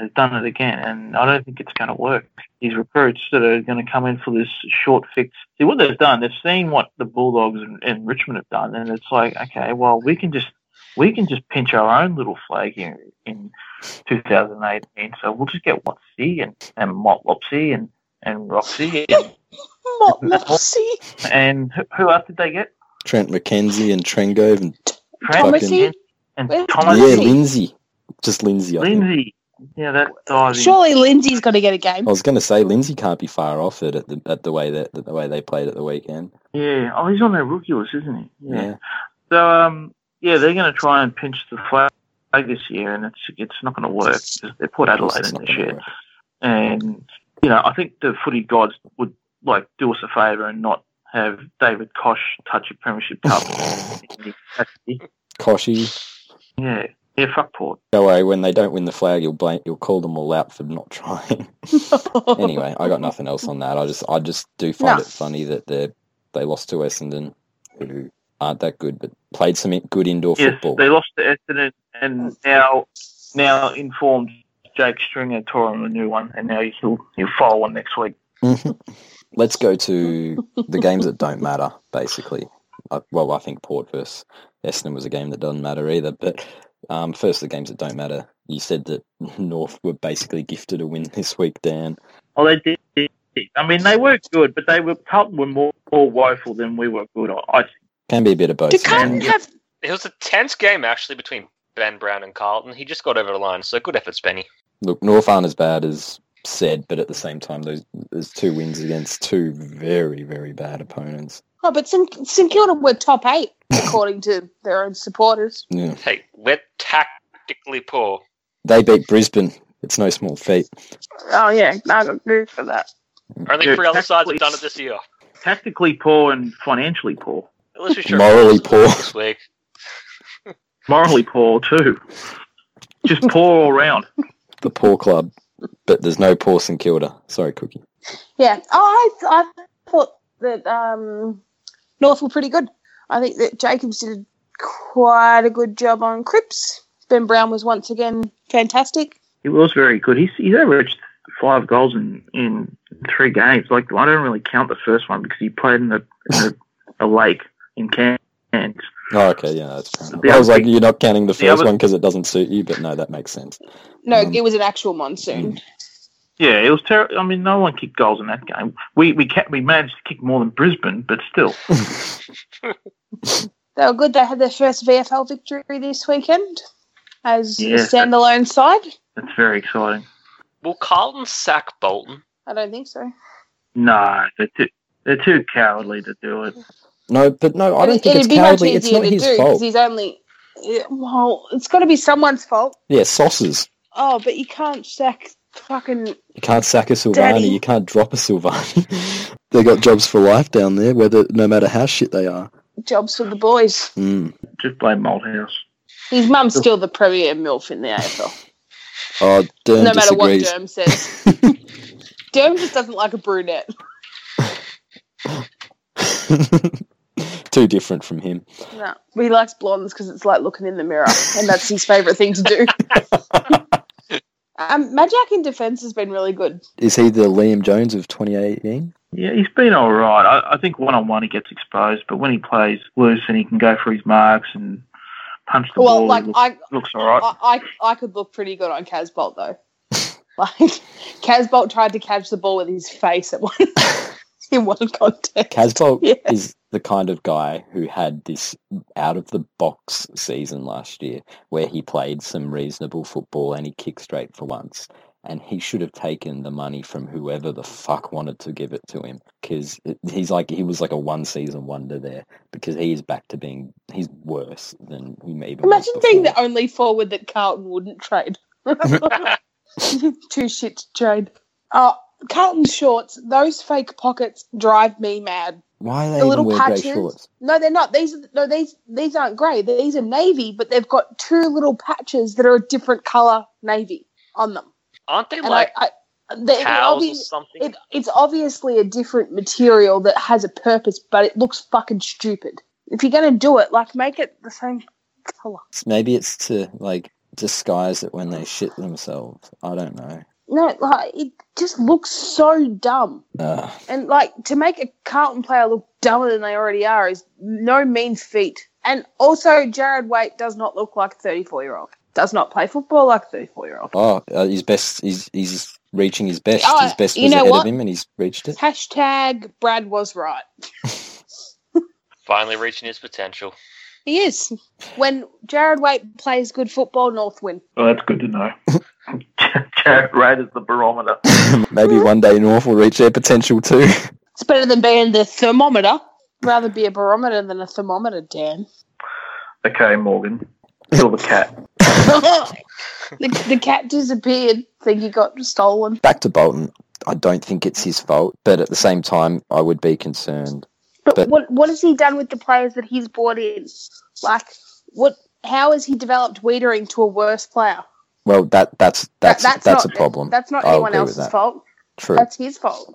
S5: has done it again, and I don't think it's going to work. These recruits that are going to come in for this short fix. See, what they've done, they've seen what the Bulldogs and, and Richmond have done, and it's like, okay, well, we can just we can just pinch our own little flag here in 2018. So we'll just get Watsy and and Motlopsy and and Roxy and,
S3: Not Mossy,
S5: and who- who else did they get?
S2: Trent McKenzie and Trengove and
S5: Trent
S3: Thomasy.
S5: and
S3: Where's
S5: Thomas
S2: yeah,
S3: Lindsay.
S2: Lindsay, just Lindsay. I think.
S5: Oh, Lindsay. Yeah, that diving.
S3: Surely Lindsay's got to get a game.
S2: I was going to say Lindsay can't be far off it at the at the way that the way they played at the weekend.
S5: Yeah, oh, he's on their rookie list, isn't he?
S2: Yeah,
S5: So um, yeah, they're going to try and pinch the flag this year, and it's it's not going to work. 'cause They put
S2: Of course
S5: Adelaide
S2: it's
S5: in
S2: not
S5: this
S2: gonna
S5: year,
S2: work.
S5: and you know I think the footy gods would like do us a favour and not have David Kosh touch a premiership cup.
S2: Koshy,
S5: yeah, yeah, fuck Port.
S2: don't worry. When they don't win the flag, you'll blame you'll call them all out for not trying. anyway, I got nothing else on that. I just I just do find
S3: No.
S2: it funny that they they lost to Essendon, who aren't that good, but played some in- good indoor
S5: Yes,
S2: football.
S5: they lost to Essendon, and now now informed Jake Stringer tore him a new one, and now he'll he'll file one next week.
S2: Mm-hmm. Mhm. Let's go to the games that don't matter, basically. I, well, I think Port versus Essendon was a game that doesn't matter either. But um, first, the games that don't matter. You said that North were basically gifted a win this week, Dan.
S5: Oh, they did. I mean, they were good, but they were Carlton were more, more woeful than we were good. I
S2: Can be a bit of both.
S3: Do Carlton
S2: man.
S3: have
S4: It was a tense game actually between Ben Brown and Carlton. He just got over the line, so good efforts, Benny.
S2: Look, North aren't as bad as said, but at the same time, those there's two wins against two very, very bad opponents.
S3: Oh, but St. St Kilda were top eight according to their own supporters.
S2: Yeah.
S4: Hey, we're tactically poor.
S2: They beat Brisbane. It's no small feat.
S3: Oh yeah, I agree for that.
S4: Only
S5: Yeah,
S4: three other sides have
S5: tactically-
S4: done it this year.
S5: tactically poor and financially poor,
S4: Unless we sure
S2: Morally poor.
S4: this week.
S5: morally poor too. Just poor all round.
S2: The poor club, but there's no poor St Kilda. Sorry, Cookie.
S3: Yeah. Oh, I, I thought that um, North were pretty good. I think that Jacobs did quite a good job on Cripps. Ben Brown was once again fantastic.
S5: He was very good. He's, he's averaged five goals in, in three games. Like I don't really count the first one because he played in a, in a, a lake in Cairns.
S2: Oh, okay, yeah, that's fair enough.
S5: The
S2: I was
S5: other
S2: like, you're not counting the
S5: the
S2: first
S5: other-
S2: one because it doesn't suit you, but no, that makes sense.
S3: No,
S2: Mm.
S3: it was an actual monsoon.
S5: Yeah, it was terrible. I mean, no one kicked goals in that game. We we ca- we managed to kick more than Brisbane, but still.
S3: They were good. They had their first VFL victory this weekend as
S5: Yeah.
S3: a standalone side.
S5: That's very exciting.
S4: Will Carlton sack Bolton?
S3: I don't think so.
S5: No, they're too, they're too cowardly to do it.
S2: No, but no, I don't think it's
S3: It'd be much
S2: cowardly. It's
S3: easier
S2: not
S3: to
S2: his
S3: do 'cause
S2: fault.
S3: He's only yeah, well. It's got to be someone's fault.
S2: Yeah, sauces.
S3: Oh, but you can't sack fucking.
S2: You can't sack a Silvani.
S3: Daddy.
S2: You can't drop a Silvani. they got jobs for life down there, whether no matter how shit they are.
S3: jobs for the boys.
S2: Mm.
S5: Just blame Malthouse.
S3: His mum's still the premier MILF in the AFL.
S2: Oh, Dern
S3: no matter what
S2: disagrees.
S3: Derm says. Derm just doesn't like a brunette.
S2: Too different from him.
S3: No. He likes blondes because it's like looking in the mirror, and that's his favourite thing to do. um, Majak in defence has been really good.
S2: Is he the Liam Jones of 2018?
S5: Yeah, he's been all right. I, I think one on one he gets exposed, but when he plays loose and he can go for his marks and punch the
S3: well,
S5: ball,
S3: like,
S5: he looks,
S3: I,
S5: looks all right.
S3: I, I, I could look pretty good on Casbolt, though. like, Casbolt tried to catch the ball with his face at one, in one contest.
S2: Casbolt
S3: Yeah.
S2: is the kind of guy who had this out of the box season last year where he played some reasonable football and he kicked straight for once. And he should have taken the money from whoever the fuck wanted to give it to him because he's like he was like a one season wonder there because he is back to being he's worse than he maybe.
S3: Imagine being
S2: that.
S3: the only forward that Carlton wouldn't trade. Too shit to trade. Oh, Carlton shorts, those fake pockets drive me mad.
S2: Why are they
S3: The
S2: even
S3: little
S2: wear grey
S3: patches.
S2: shorts?
S3: No, they're not. These are- no, these these aren't grey. These are navy, but they've got two little patches that are a different colour navy on them.
S4: Aren't they
S3: And
S4: like
S3: I, I they, it,
S4: cows or
S3: obvi-
S4: something?
S3: it, it's obviously a different material that has a purpose, but it looks fucking stupid. If you're gonna do it, like make it the same colour.
S2: Maybe it's to like disguise it when they shit themselves. I don't know.
S3: No, like it just looks so dumb.
S2: Uh,
S3: And like to make a Carlton player look dumber than they already are is no mean feat. And also, Jared Waite does not look like a 34 year old. Does not play football like a 34 year old.
S2: oh, uh, his best. He's he's reaching his best.
S3: Oh,
S2: his best
S3: you
S2: was
S3: know
S2: ahead
S3: what?
S2: of him, and he's reached it.
S3: Hashtag Brad was right.
S4: Finally reaching his potential.
S3: He is. When Jared Waite plays good football, North win.
S5: Well, that's good to know. Jared Raid is the barometer.
S2: Maybe one day North will reach their potential too.
S3: It's better than being the thermometer. Rather be a barometer than a thermometer, Dan.
S5: Okay, Morgan, kill the cat.
S3: the, the cat disappeared. Think he got stolen.
S2: Back to Bolton. I don't think it's his fault, but at the same time, I would be concerned.
S3: But,
S2: But-
S3: what what has he done with the players that he's brought in? Like what? How has he developed Wiedering to a worse player?
S2: Well, that that's that's that's,
S3: that's
S2: a
S3: not-
S2: problem.
S3: That's not
S2: I'll
S3: anyone
S2: agree with
S3: else's
S2: that.
S3: fault.
S2: True.
S3: That's his fault.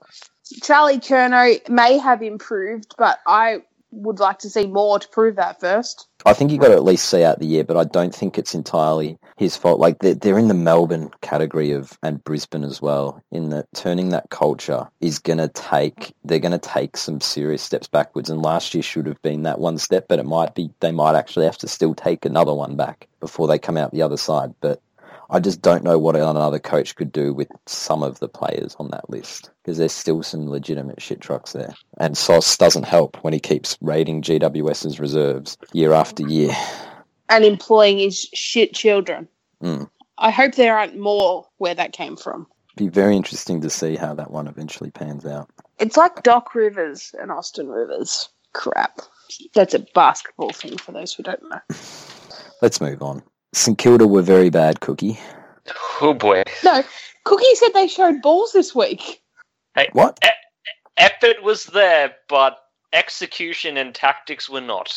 S3: Charlie Kerno may have improved, but I would like to see more to prove that first.
S2: I think you got to at least see out the year, but I don't think it's entirely his fault. Like they're, they're in the Melbourne category of and Brisbane as well. In that turning that culture is gonna take they're gonna take some serious steps backwards. And last year should have been that one step, but it might be they might actually have to still take another one back before they come out the other side. But I just don't know what another coach could do with some of the players on that list because there's still some legitimate shit trucks there. And Sauce doesn't help when he keeps raiding GWS's reserves year after year.
S3: and employing his shit children.
S2: Mm.
S3: I hope there aren't more where that came from.
S2: Be very interesting to see how that one eventually pans out.
S3: It's like Doc Rivers and Austin Rivers. Crap. That's a basketball thing for those who don't know.
S2: Let's move on. St Kilda were very bad, Cookie.
S4: Oh boy,
S3: No, Cookie said they showed balls this week.
S2: What?
S4: effort was there, but execution and tactics were not.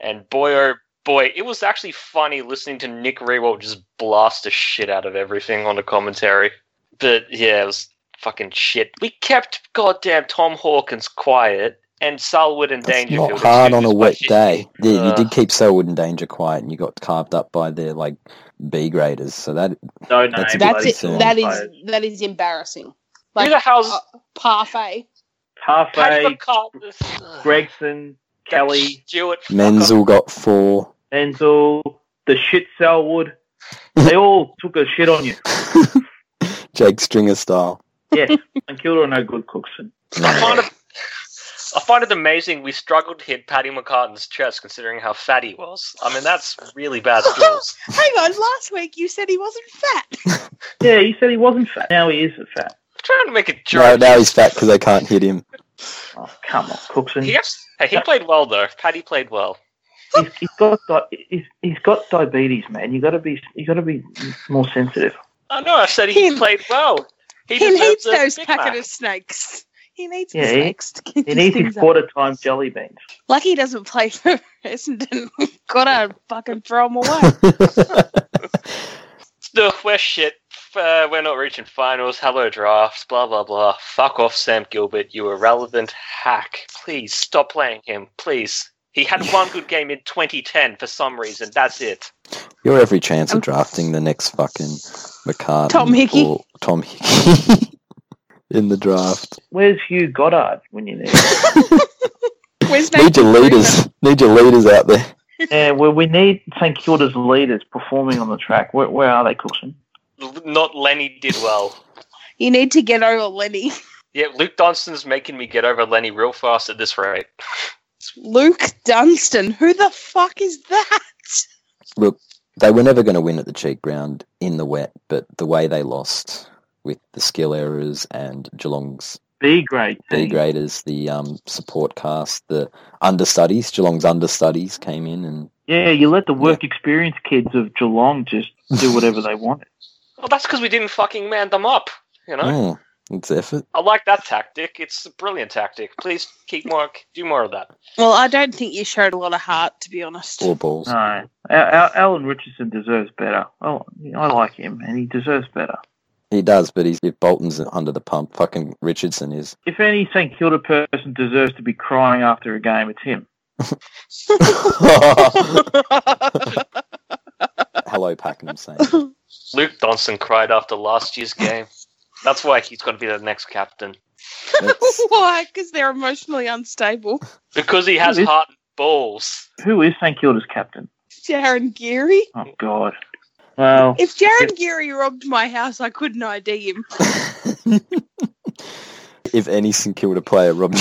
S4: And boy, oh boy, it was actually funny listening to Nick Rewalt just blast the shit out of everything on the commentary. But yeah, it was fucking shit. We kept goddamn Tom Hawkins quiet and Salwood and
S2: That's
S4: Dangerfield.
S2: not hard on a
S4: excused by
S2: wet
S4: shit.
S2: day. Yeah, you
S4: Ugh.
S2: did keep Selwood and Danger quiet, and you got carved up by their like B graders. So that
S5: No name.
S2: That's a
S3: That's it.
S2: Balls.
S3: That is that is embarrassing.
S4: Who
S3: Like
S4: the hell's
S3: uh, parfait.
S4: Paddy
S5: Parfait,
S4: McCartney?
S5: Gregson, Kelly,
S4: Stewart. fuck off.
S2: Menzel got four.
S5: Menzel, the shit Selwood. They all took a shit on you.
S2: Jake Stringer style.
S5: Yes, and Kilda are no good cooks.
S4: I find, it, I find it amazing we struggled to hit Paddy McCartan's chest considering how fat he was. I mean, that's really bad skills.
S3: Hang on, last week you said he wasn't fat.
S5: Yeah, he said he wasn't fat. Now he is fat.
S4: I'm trying to make a
S2: No,
S4: joke.
S2: now he's fat because they can't hit him.
S5: Oh, come on, Cookson.
S4: He, abs- hey, he played well, though. Paddy played well.
S5: He's, he's got di- he's, he's got diabetes, man. You got to be you got to be more sensitive.
S4: I know, I said he
S3: Him.
S4: played well. He,
S3: He
S4: deserves
S3: needs
S4: a
S3: those
S4: Big
S3: packet
S4: Mac.
S3: of snakes. He needs
S5: Yeah,
S3: the
S5: he-
S3: snakes to keep
S5: He
S3: his
S5: needs his
S3: things up.
S5: quarter time jelly beans.
S3: Lucky he doesn't play for Essendon. Gotta fucking throw him away.
S4: Ugh, we're shit. Uh, we're not reaching finals. Hello, drafts. Blah, blah, blah. Fuck off, Sam Gilbert. You irrelevant hack. Please stop playing him. Please. He had one good game in 2010 for some reason. That's it.
S2: Your every chance of drafting the next fucking McCartan
S3: Um, Tom Hickey.
S2: or Tom Hickey in the draft.
S5: Where's Hugh Goddard when you need? him?
S3: Where's
S2: Need your
S3: Nathan
S2: leaders. Need your leaders out there.
S5: Yeah, well, we need St Kilda's leaders performing on the track. Where, where are they, Cookson?
S4: L- not Lenny did well.
S3: Kruger? You need to get over Lenny.
S4: Yeah, Luke Donson's making me get over Lenny real fast at this rate.
S3: Luke Dunstan. Who the fuck is that?
S2: They were never going to win at the cheek ground in the wet, but the way they lost with the skill errors and Geelong's
S5: B grade.
S2: B
S5: team.
S2: graders, the um, support cast, the understudies, Geelong's understudies came in and
S5: Yeah, you let the work experience kids of Geelong just do whatever they wanted.
S4: Well, that's because we didn't fucking man them up. You know,
S2: oh, it's effort.
S4: I like that tactic. It's a brilliant tactic. Please keep more, do more of that.
S3: Well, I don't think you showed a lot of heart, to be honest.
S2: Or balls.
S3: Ah.
S5: No, Al- Al- Alan Richardson deserves better. Well, I like him, and he deserves better.
S2: He does, but he's, if Bolton's under the pump, fucking Richardson is.
S5: If any St Kilda person deserves to be crying after a game, it's him.
S2: Hello, Pakenham saying.
S4: Luke Donson cried after last year's game. That's why he's got to be the next captain
S2: That's-
S3: Why? Because they're emotionally unstable.
S4: because he has
S5: Really?
S4: heart and balls.
S5: Who is St Kilda's captain?
S3: Jaron Geary.
S5: Oh God. Well,
S3: If Jaron Geary robbed my house, I couldn't ID him.
S2: if any St Kilda player robbed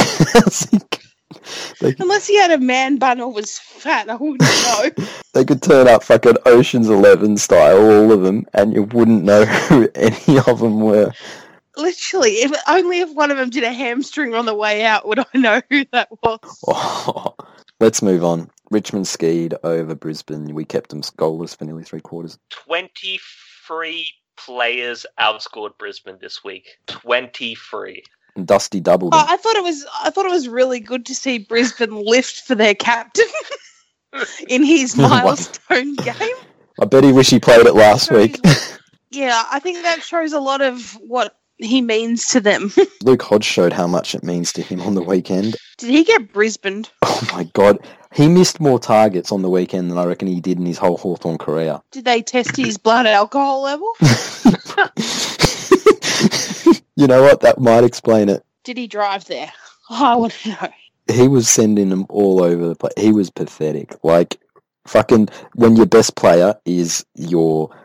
S2: they, could-
S3: Unless he had a man bun or was fat, I wouldn't know.
S2: they could turn up fucking Ocean's Eleven style, all of them, and you wouldn't know who any of them were.
S3: Literally, if only if one of them did a hamstring on the way out would I know who that was.
S2: Oh, let's move on. Richmond skied over Brisbane. We kept them goalless for nearly three quarters.
S4: Twenty-three players outscored Brisbane this week. Twenty-three.
S2: And Dusty doubled
S3: Oh,
S2: them.
S3: I thought it was I thought it was really good to see Brisbane lift for their captain in his
S2: What?
S3: milestone game.
S2: I bet he wish he played it last
S3: Shows
S2: week.
S3: what- yeah, I think that shows a lot of what he means to them.
S2: Luke Hodge showed how much it means to him on the weekend.
S3: Did he get Brisbane?
S2: Oh my god, he missed more targets on the weekend than I reckon he did in his whole Hawthorn career.
S3: Did they test his blood alcohol level?
S2: you know what? That might explain it.
S3: Did he drive there? Oh, I want to know.
S2: He was sending them all over the place. He was pathetic. Like fucking when your best player is your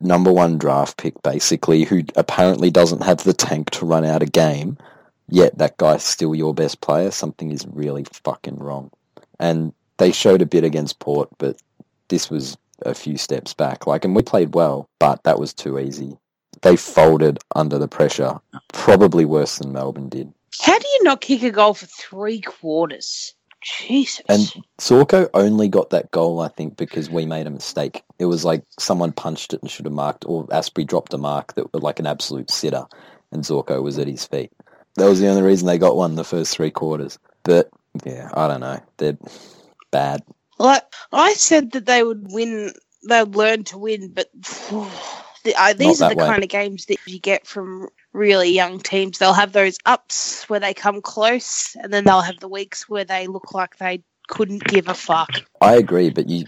S2: number one draft pick, basically, who apparently doesn't have the tank to run out a game, yet that guy's still your best player, something is really fucking wrong. And they showed a bit against Port, but this was a few steps back. Like, and we played well, but that was too easy. They folded under the pressure, probably worse than Melbourne did.
S3: How do you not kick a goal for three quarters? Jesus.
S2: And Sorko only got that goal, I think, because we made a mistake. It was like someone punched it and should have marked, or Asprey dropped a mark that was like an absolute sitter, and Zorko was at his feet. That was the only reason they got one the first three quarters. But yeah, I don't know. They're bad.
S3: like I said that they would win, they would learn to win, but the, I these
S2: Not
S3: are the
S2: that way.
S3: kind of games that you get from really young teams. They'll have those ups where they come close, and then they'll have the weeks where they look like they couldn't give a fuck.
S2: I agree, but you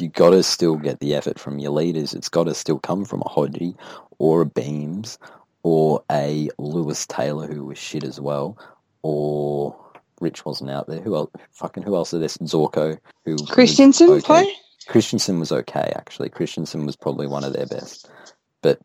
S2: you got to still get the effort from your leaders. It's got to still come from a Hodgie or a Beams or a Lewis Taylor who was shit as well, or Rich wasn't out there. Who else? Fucking who else? Are there? Zorko who was
S3: Christensen
S2: okay.
S3: play?
S2: Christensen was okay, actually. Christensen was probably one of their best. But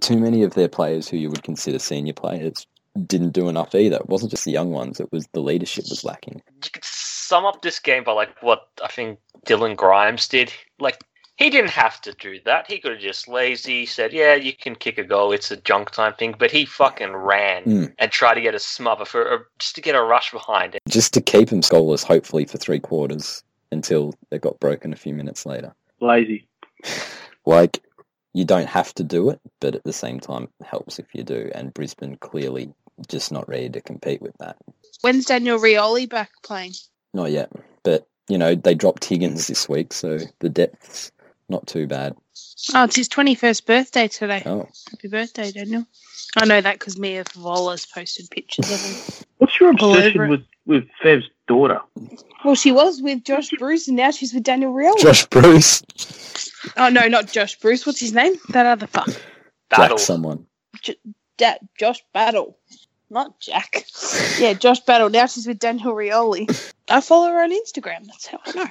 S2: too many of their players who you would consider senior players didn't do enough either. It wasn't just the young ones, it was the leadership was lacking.
S4: you could sum up this game by like what I think Dylan Grimes did. Like he didn't have to do that. He could have just lazy said, "Yeah, you can kick a goal. It's a junk time thing." But he fucking ran
S2: Mm.
S4: and tried to get a smother for or just to get a rush behind it.
S2: Just to keep them scoreless, hopefully, for three quarters until they got broken a few minutes later.
S5: Lazy.
S2: Like, you don't have to do it, but at the same time, it helps if you do. And Brisbane clearly just not ready to compete with that.
S3: When's Daniel Rioli back playing?
S2: Not yet. But, you know, they dropped Higgins this week, so the depth's not too bad.
S3: Oh, it's his twenty-first birthday today.
S2: Oh.
S3: Happy birthday, Daniel. I know that because Mia Vola's posted pictures of him.
S5: What's your
S3: All over
S5: obsession
S3: it.
S5: with, with Fev's daughter?
S3: Well, she was with Josh Bruce, and now she's with Daniel Rioli.
S2: Josh Bruce.
S3: Oh no, not Josh Bruce. What's his name? That other fuck.
S2: Jack
S4: Battle.
S2: someone.
S3: Da- Josh Battle, not Jack. Yeah, Josh Battle. Now she's with Daniel Rioli. I follow her on Instagram. That's how I know.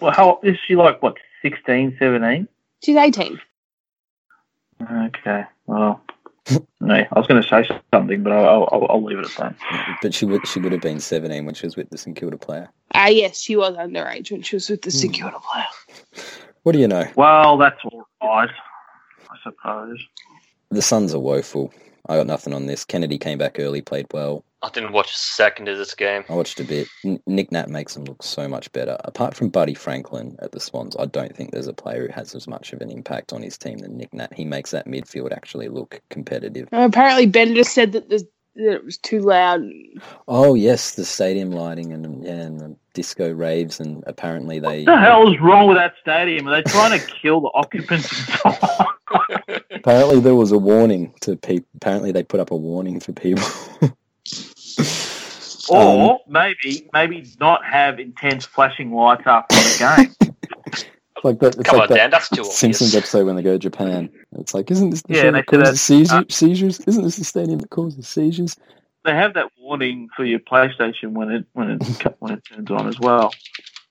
S5: Well, how is she like, what, 16, 17?
S3: She's eighteen.
S5: Okay, well. No, I was going to say something, but I'll, I'll, I'll leave it at that.
S2: But she would she would have been seventeen when she was with the St Kilda player.
S3: Ah, yes, she was underage when she was with the
S2: Hmm.
S3: St Kilda player.
S2: What do you know?
S5: Well, that's all right, I suppose.
S2: The Suns are woeful. I got nothing on this. Kennedy came back early, played well.
S4: I didn't watch a second of this game.
S2: I watched a bit. N- Nick Nat makes them look so much better. Apart from Buddy Franklin at the Swans, I don't think there's a player who has as much of an impact on his team than Nick Nat. He makes that midfield actually look competitive.
S3: And apparently, Bender said that, the, that it was too loud.
S2: Oh yes, the stadium lighting and yeah, and the disco raves and apparently they
S5: What the hell is wrong with that stadium? Are they trying to kill the occupants?
S2: apparently there was a warning to people. Apparently they put up a warning for people. Um,
S5: or maybe maybe not have intense flashing lights after the game.
S2: like that, it's
S4: Come
S2: like that
S4: on, Dan, that's too obvious.
S2: Simpsons episode when they go to Japan. It's like, isn't this the
S5: Yeah,
S2: yeah,
S5: they
S2: that
S5: do that.
S2: causes seizure, seizures? Isn't this the stadium that causes seizures?
S5: they have that warning for your PlayStation when it when it when it turns on as well.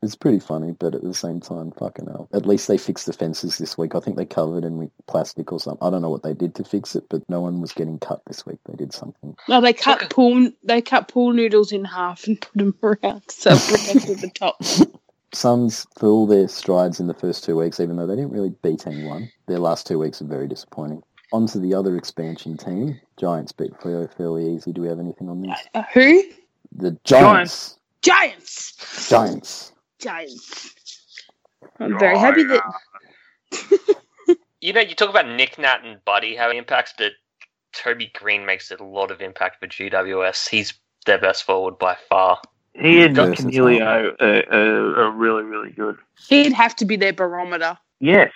S2: It's pretty funny, but at the same time, fucking hell. At least they fixed the fences this week. I think they covered in plastic or something. I don't know what they did to fix it, but no one was getting cut this week. They did something.
S3: No, they cut pool. They cut pool noodles in half and put them around so it protected the top.
S2: Suns fill their strides in the first two weeks, even though they didn't really beat anyone. Their last two weeks are very disappointing. On to the other expansion team. Giants beat Freo fairly easy. Do we have anything on this?
S3: Uh, who?
S2: The
S5: Giants.
S3: Giants.
S2: Giants.
S3: Giants. I'm very happy that
S4: You know, you talk about Nick Nat and Buddy having impacts, but Toby Green makes a lot of impact for GWS. He's their best forward by far.
S5: He and
S2: Versus
S5: Canelio are, are, are really really good.
S3: he'd have to be their barometer.
S5: Yes.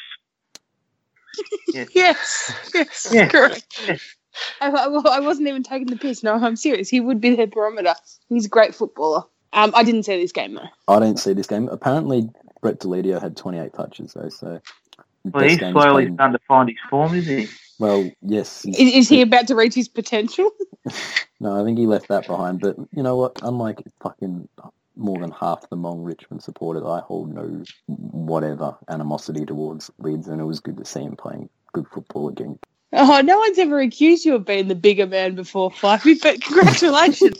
S3: Yes, yes,
S5: Yeah.
S3: correct. I, I- I wasn't even taking the piss. No, I'm serious. He would be their barometer. He's a great footballer. Um, I didn't see this game though.
S2: I don't see this game. Apparently, Brett Delidio had 28 touches, though, so...
S5: Well,
S2: best
S5: he's
S2: game
S5: slowly
S2: played in-
S5: starting to find his form, is he?
S2: Well, yes. he's-
S3: Is, is he about to reach his potential?
S2: No, I think he left that behind. But you know what? Unlike fucking more than half the Mong Richmond supporters, I hold no whatever animosity towards Leeds, and it was good to see him playing good football again.
S3: Oh, no one's ever accused you of being the bigger man before, Fifey. But congratulations.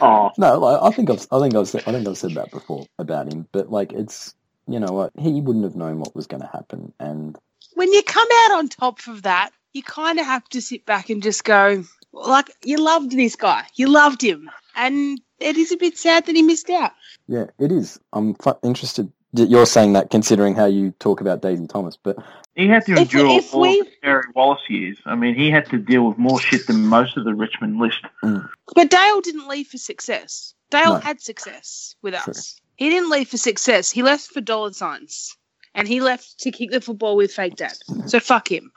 S5: Oh,
S2: No, like, I think I've, I think I've said, I think I've said that before about him. But like, it's you know what? He wouldn't have known what was going to happen, and
S3: when you come out on top of that, you kind of have to sit back and just go, like, you loved this guy, you loved him, and it is a bit sad that he missed out.
S2: yeah, it is. I'm fu- interested. that You're saying that considering how you talk about Daisy Thomas, but
S5: he had to
S3: If-
S5: endure
S3: if
S5: all
S3: we-
S5: of Terry Wallace years. I mean, he had to deal with more shit than most of the Richmond list.
S3: But Dale didn't leave for success. Dale
S2: No.
S3: had success with
S2: True.
S3: us. He didn't leave for success. He left for dollar signs, and he left to kick the football with fake dad. So fuck him.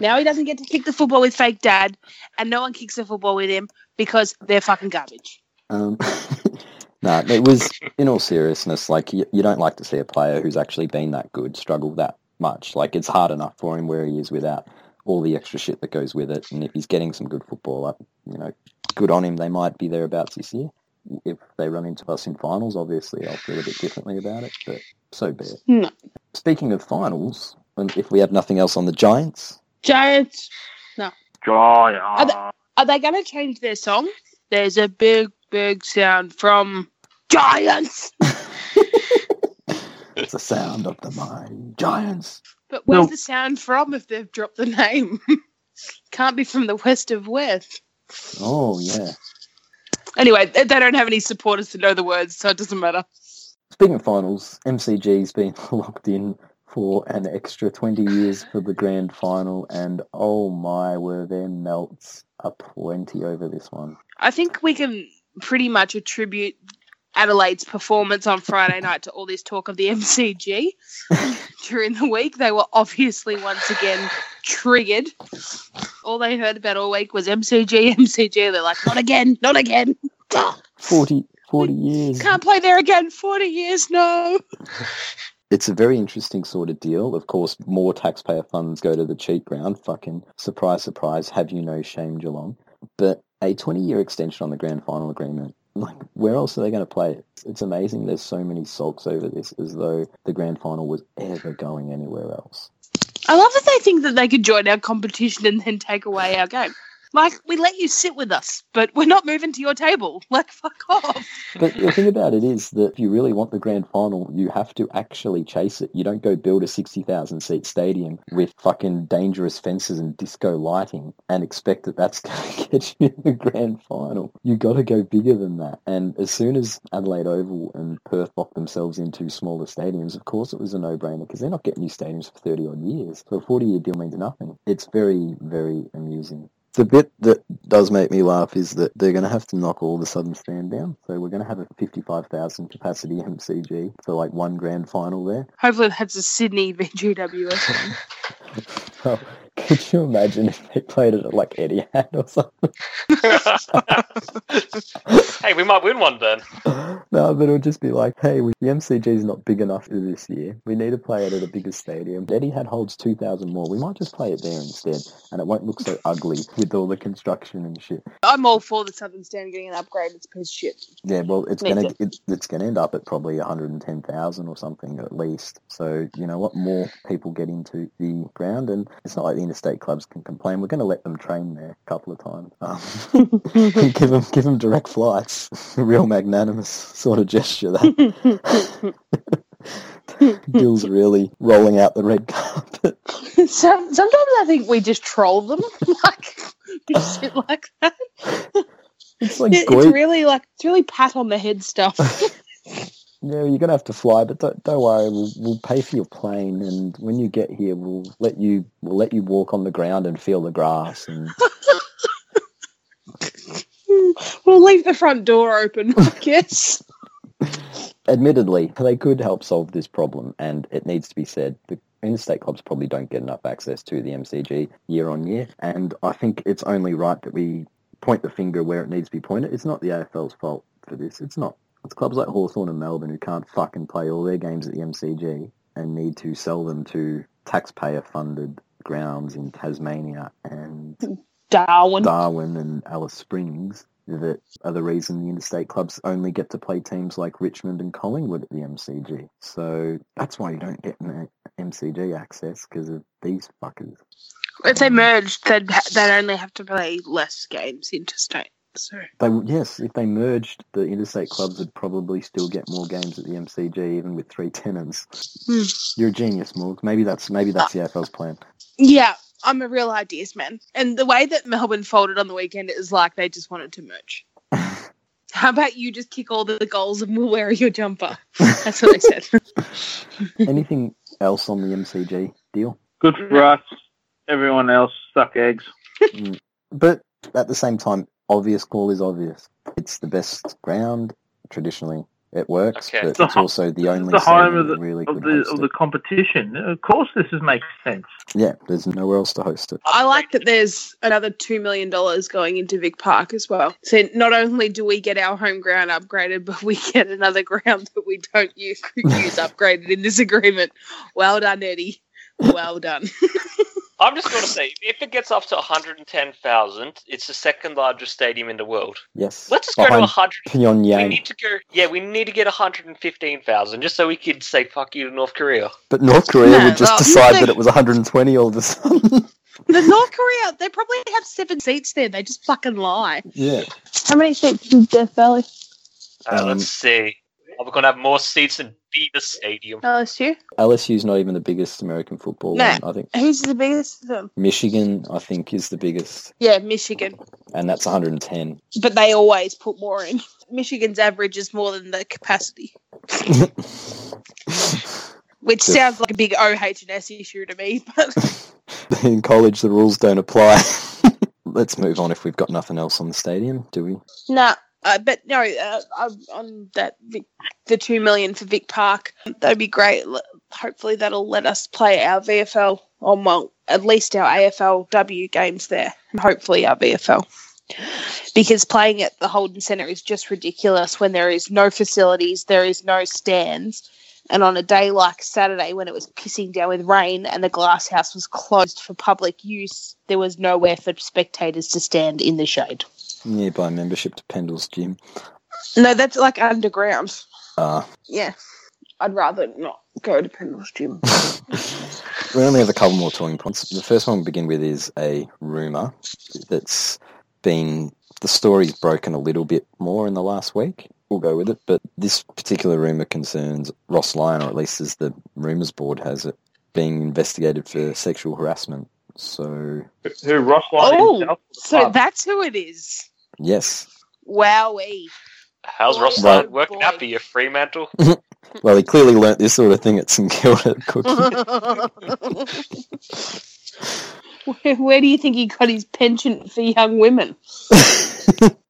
S3: Now he doesn't get to kick the football with fake dad, and no one kicks the football with him because they're fucking garbage.
S2: Um, no, it was in all seriousness. Like you, you don't like to see a player who's actually been that good struggle that much. Like it's hard enough for him where he is without all the extra shit that goes with it. And if he's getting some good football, like, you know, good on him. They might be thereabouts this year. If they run into us in finals, obviously I'll feel a bit differently about it. But so be it.
S3: No.
S2: Speaking of finals, and if we have nothing else on the Giants,
S3: Giants
S5: Oh, yeah.
S3: Are they going to change their song? There's a big, big sound from Giants.
S2: it's the sound of the mighty Giants.
S3: But where's
S5: No.
S3: the sound from if they've dropped the name? Can't be from the west of West.
S2: Oh yeah.
S3: Anyway, they they don't have any supporters to know the words, so it doesn't matter.
S2: Speaking of finals, MCG's been locked in for an extra 20 years for the grand final, and oh my, were there melts a plenty over this one.
S3: I think we can pretty much attribute Adelaide's performance on Friday night to all this talk of the MCG during the week. They were obviously once again triggered. All they heard about all week was MCG, MCG. They're like, not again, not again.
S2: 40, 40 years.
S3: Can't play there again. Forty years, no.
S2: It's a very interesting sort of deal. Of course, more taxpayer funds go to the cheap ground. Fucking surprise, surprise. Have you no shame, Geelong? But a 20-year extension on the grand final agreement. Like, where else are they going to play it? It's amazing. There's so many sulks over this, as though the grand final was ever going anywhere else.
S3: I love that they think that they could join our competition and then take away our game. Like we let you sit with us, but we're not moving to your table. Like fuck off.
S2: But the thing about it is that if you really want the grand final, you have to actually chase it. You don't go build a 60,000 seat stadium with fucking dangerous fences and disco lighting and expect that that's going to get you the grand final. You got to go bigger than that. And as soon as Adelaide Oval and Perth locked themselves into smaller stadiums, of course it was a no-brainer because they're not getting new stadiums for 30 odd years. So a 40-year deal means nothing. It's very, very amusing. The bit that does make me laugh is that they're going to have to knock all the southern stand down. So we're going to have a 55,000 capacity MCG for like one grand final there.
S3: Hopefully that's a Sydney VGWS.
S2: Well, Oh, could you imagine if they played it at like Etihad or something?
S4: hey, we might win one then.
S2: no, but it would just be like, hey, we, the MCG's not big enough for this year. We need to play it at a bigger stadium. Etihad holds 2,000 more. We might just play it there instead and it won't look so ugly with all the construction and shit.
S3: I'm all for the Southern Stand getting an upgrade. It's a piece of shit.
S2: Yeah, well, it's
S3: Makes
S2: gonna it, it's gonna end up at probably one hundred and ten thousand or something at least. So you know what, more people get into the ground, and it's not like the interstate clubs can complain. We're going to let them train there a couple of times, um, and give them give them direct flights. Real magnanimous sort of gesture. That Bill's really rolling out the red carpet.
S3: Some, sometimes I think we just troll them, like shit like that.
S2: It's like
S3: It-
S2: Goy-
S3: it's really like it's really pat on the head stuff.
S2: Yeah, you're gonna have to fly, but don't, don't worry. We'll, we'll pay for your plane, and when you get here, we'll let you we'll let you walk on the ground and feel the grass. And
S3: we'll leave the front door open, I guess.
S2: admittedly, they could help solve this problem, and it needs to be said. The interstate clubs probably don't get enough access to the MCG year on year, and I think it's only right that we point the finger where it needs to be pointed. It's not the AFL's fault for this. It's not. It's clubs like Hawthorn and Melbourne who can't fucking play all their games at the MCG and need to sell them to taxpayer-funded grounds in Tasmania and
S3: Darwin.
S2: Darwin and Alice Springs that are the reason the interstate clubs only get to play teams like Richmond and Collingwood at the MCG. So that's why you don't get an MCG access because of these fuckers.
S3: If they merged, they'd, ha- they'd only have to play less games interstate. So
S2: They yes, if they merged, the interstate clubs would probably still get more games at the MCG even with three tenants.
S3: Hmm.
S2: You're a genius, Morg. Maybe that's maybe that's the AFL's plan.
S3: yeah, I'm a real ideas man. And the way that Melbourne folded on the weekend is like they just wanted to merge. How about you just kick all the goals and we'll wear your jumper? That's what I said.
S2: Anything else on the MCG deal?
S5: Good for us. Everyone else suck eggs.
S2: But at the same time, obvious call is obvious. It's the best ground traditionally. It works,
S4: Okay.
S2: but
S5: It's the
S2: it's
S5: ho-
S2: also the only
S5: the home
S2: stadium
S5: of
S2: that really
S5: Of
S2: could
S5: the
S2: host
S5: of the competition. Of course, this is, makes sense.
S2: it. Yeah, there's nowhere else to host it.
S3: I like that there's another $2 million going into Vic Park as well. So not only do we get our home ground upgraded, but we get another ground that we don't use, use upgraded in this agreement. Well done, Eddie. Well done.
S4: I'm just going to say, if it gets up to 110,000, it's the second largest stadium in the world.
S2: Yes,
S4: Let's just go to
S2: behind
S4: 100. We
S2: Pyongyang,
S4: need to go. Yeah, we need to get 115,000 just so we could say fuck you to North Korea.
S2: but North Korea
S3: No,
S2: would just
S3: well,
S2: decide
S3: they-
S2: that it was 120 all of a sudden.
S3: The North Korea, they probably have seven seats there. They just fucking lie.
S2: yeah,
S3: How many seats is Death Valley?
S4: Uh,
S2: Um,
S4: let's see. Are we going to have more seats than Beaver Stadium?
S3: LSU.
S2: LSU's not even the biggest American football.
S3: No.
S2: one, I think
S3: Who's the biggest of them?
S2: Michigan, I think, is the biggest,
S3: Yeah, Michigan.
S2: and that's 110.
S3: But they always put more in. Michigan's average is more than the capacity, which
S2: Yeah.
S3: sounds like a big OH&S issue to me. But
S2: In college, the rules don't apply. Let's move on if we've got nothing else on the stadium, do we?
S3: No, uh, but no, uh, I'm on that Vic, the two million for Vic Park, that'd be great. L- Hopefully, that'll let us play our VFL or well, at least our AFLW games there, and hopefully our VFL. Because playing at the Holden Centre is just ridiculous when there is no facilities, there is no stands, and on a day like Saturday when it was pissing down with rain and the glass house was closed for public use, there was nowhere for spectators to stand in the shade.
S2: Nearby membership to Pendle's gym.
S3: No, that's like underground.
S2: Uh,
S3: Yeah. I'd rather not go to Pendle's gym.
S2: we only have a couple more talking points. The first one we begin with is a rumour that's been the story's broken a little bit more in the last week. We'll go with it, but this particular rumour concerns Ross Lyon, or at least as the rumours board has it, being investigated for sexual harassment. So
S5: Who Ross Lyon
S3: Oh,
S5: himself?
S3: so
S5: Club.
S3: that's who it is.
S2: yes,
S3: Wowee. Oh,
S4: How's Ross
S2: Right.
S4: Lyon working out for you, Fremantle?
S2: well, he clearly learnt this sort of thing at St Kilda at Cookie.
S3: where, where do you think he got his penchant for young women?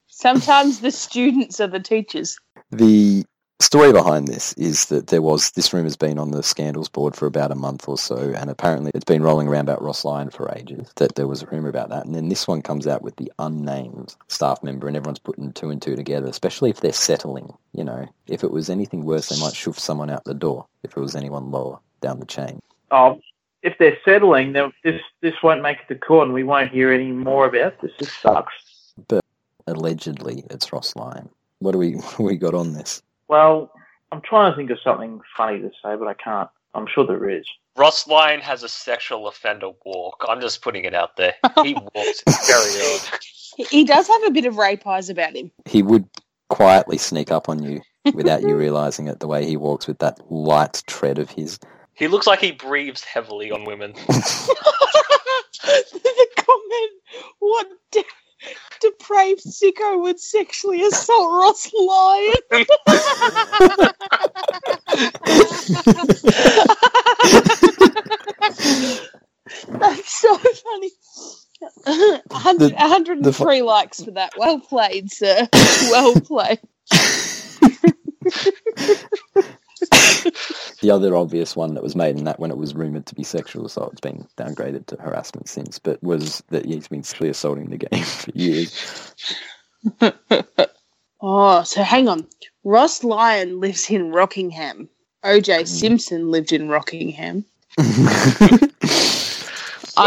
S3: Sometimes the students are the teachers.
S2: The story behind this is that there was this room has been on the scandals board for about a month or so, and apparently it's been rolling around about Ross Lyon for ages that there was a rumor about that, and then this one comes out with the unnamed staff member, and everyone's putting two and two together, especially if they're settling. You know, if it was anything worse, they might shove someone out the door. If it was anyone lower down the chain,
S5: Oh, if they're settling, then this this won't make it to court, and we won't hear any more about this. This sucks.
S2: allegedly it's Ross Lyon. What do we what do we got on this?
S5: Well, I'm trying to think of something funny to say, but I can't. I'm sure there is.
S4: Ross Lyon has a sexual offender walk. I'm just putting it out there. He walks very odd.
S3: He- He does have a bit of rape eyes about him.
S2: he would quietly sneak up on you without you realizing it the way he walks with that light tread of his
S4: He looks like he breathes heavily on women.
S3: the comment, what de- depraved sicko would sexually assault Ross Lyon? That's so funny. A hundred-
S2: The-
S3: a hundred and
S2: the
S3: three
S2: fu-
S3: likes for that. Well played, sir. Well played.
S2: the other obvious one that was made in that when it was rumored to be sexual assault, it's been downgraded to harassment since, but was that he's been sexually assaulting the game for years.
S3: Oh, so hang on. Ross Lyon lives in Rockingham.
S2: Hmm.
S3: OJ Simpson lived in Rockingham. I-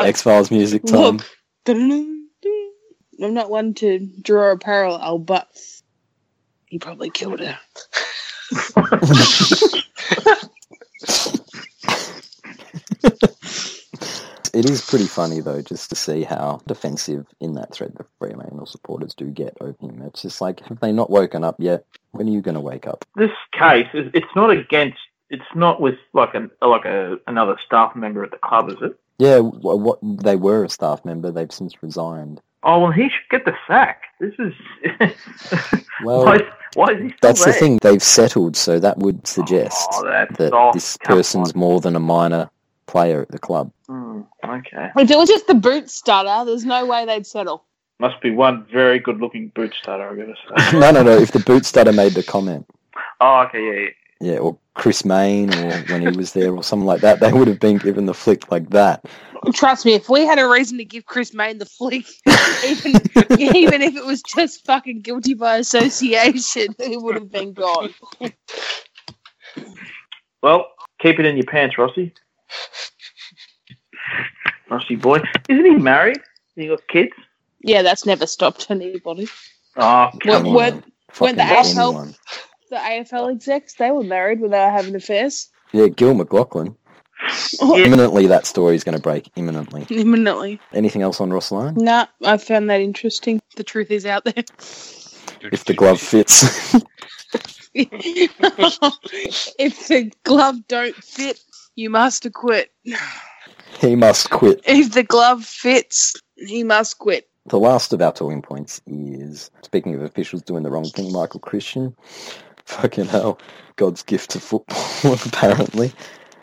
S2: X Files music time.
S3: Look, dun-dun-dun. I'm not one to draw a parallel, oh, but he probably killed her.
S2: It is pretty funny though, just to see how defensive in that thread the Fremantle supporters do get over him. It's just like, have they not woken up yet? When are you going to wake up?
S5: this case is it's not against it's not with like an like a another staff member at the club, is it?
S2: Yeah, wh- what they were a staff member, they've since resigned.
S5: Oh well, he should get the sack. This is
S2: Well,
S5: why, is why is he still
S2: Oh, that's the
S5: there?
S2: thing; they've settled, so that would suggest
S5: Oh, that's
S2: that
S5: soft.
S2: this
S5: Come
S2: person's more than a minor player at the club.
S5: on. Hmm, okay.
S3: If it was just the boot starter, there's no way they'd settle.
S5: Must be one very good-looking boot starter. I gotta say.
S2: no, no, no. If the boot starter made the comment,
S5: oh, okay, yeah, yeah.
S2: yeah, or Chris Main, or when he was there, or something like that, they would have been given the flick like that.
S3: Trust me, if we had a reason to give Chris Main the flick, even, even if it was just fucking guilty by association, it would have been gone.
S5: Well, keep it in your pants, Rossi. Rossi boy, isn't he married? He got kids.
S3: Yeah, that's never stopped anybody.
S5: Oh, come
S3: What-
S5: on.
S3: what-
S2: Fucking
S3: the ass help-
S2: anyone.
S3: The AFL execs, they were married without having affairs.
S2: Yeah, Gil McLaughlin.
S5: Yeah.
S2: Imminently, that story is going to break. Imminently.
S3: Imminently.
S2: Anything else on Ross Lyon?
S3: Nah, I found that interesting. The truth is out there.
S2: If the glove fits.
S3: if the glove don't fit, you must quit.
S2: He must quit.
S3: If the glove fits, he must quit.
S2: The last of our talking points is speaking of officials doing the wrong thing, Michael Christian. Fucking hell. God's gift to football, apparently.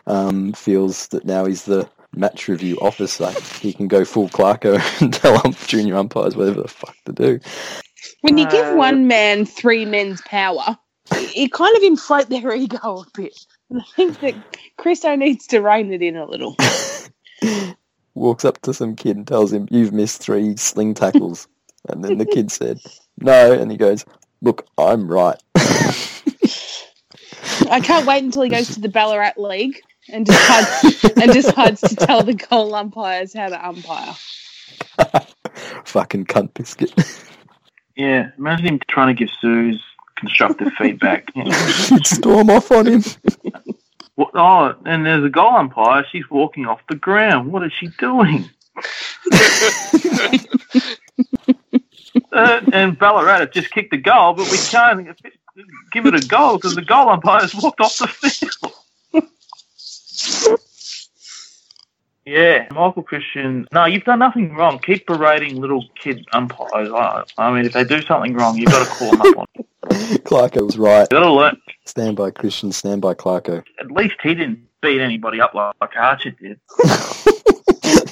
S2: Um, feels that now he's the match review officer. He can go full Clarko and tell ump, junior umpires whatever the fuck to do.
S3: When you
S5: Uh,
S3: give one man three men's power, it kind of inflate their ego a bit. And I think that Christo needs to rein it in a little.
S2: Walks up to some kid and tells him, You've missed three sling tackles. and then the kid said, No. And he goes, Look, I'm right.
S3: I can't wait until he goes to the Ballarat League and decides and decides to tell the goal umpires how to umpire.
S2: Fucking cunt biscuit.
S5: Yeah, imagine him trying to give Sue's constructive feedback. You know.
S2: Storm off on him.
S5: What, oh, and there's a goal umpire. She's walking off the ground. What is she doing? uh, and Ballarat have just kicked the goal, but we can't give it a goal because the goal umpire's walked off the field. yeah, Michael Christian. No, you've done nothing wrong. Keep berating little kid umpires. I, I mean, if they do something wrong, you've got to call them up on it.
S2: Clarko was right.
S5: You've got to learn.
S2: Stand by Christian, stand by Clarko.
S5: At least he didn't beat anybody up like, like Archer did.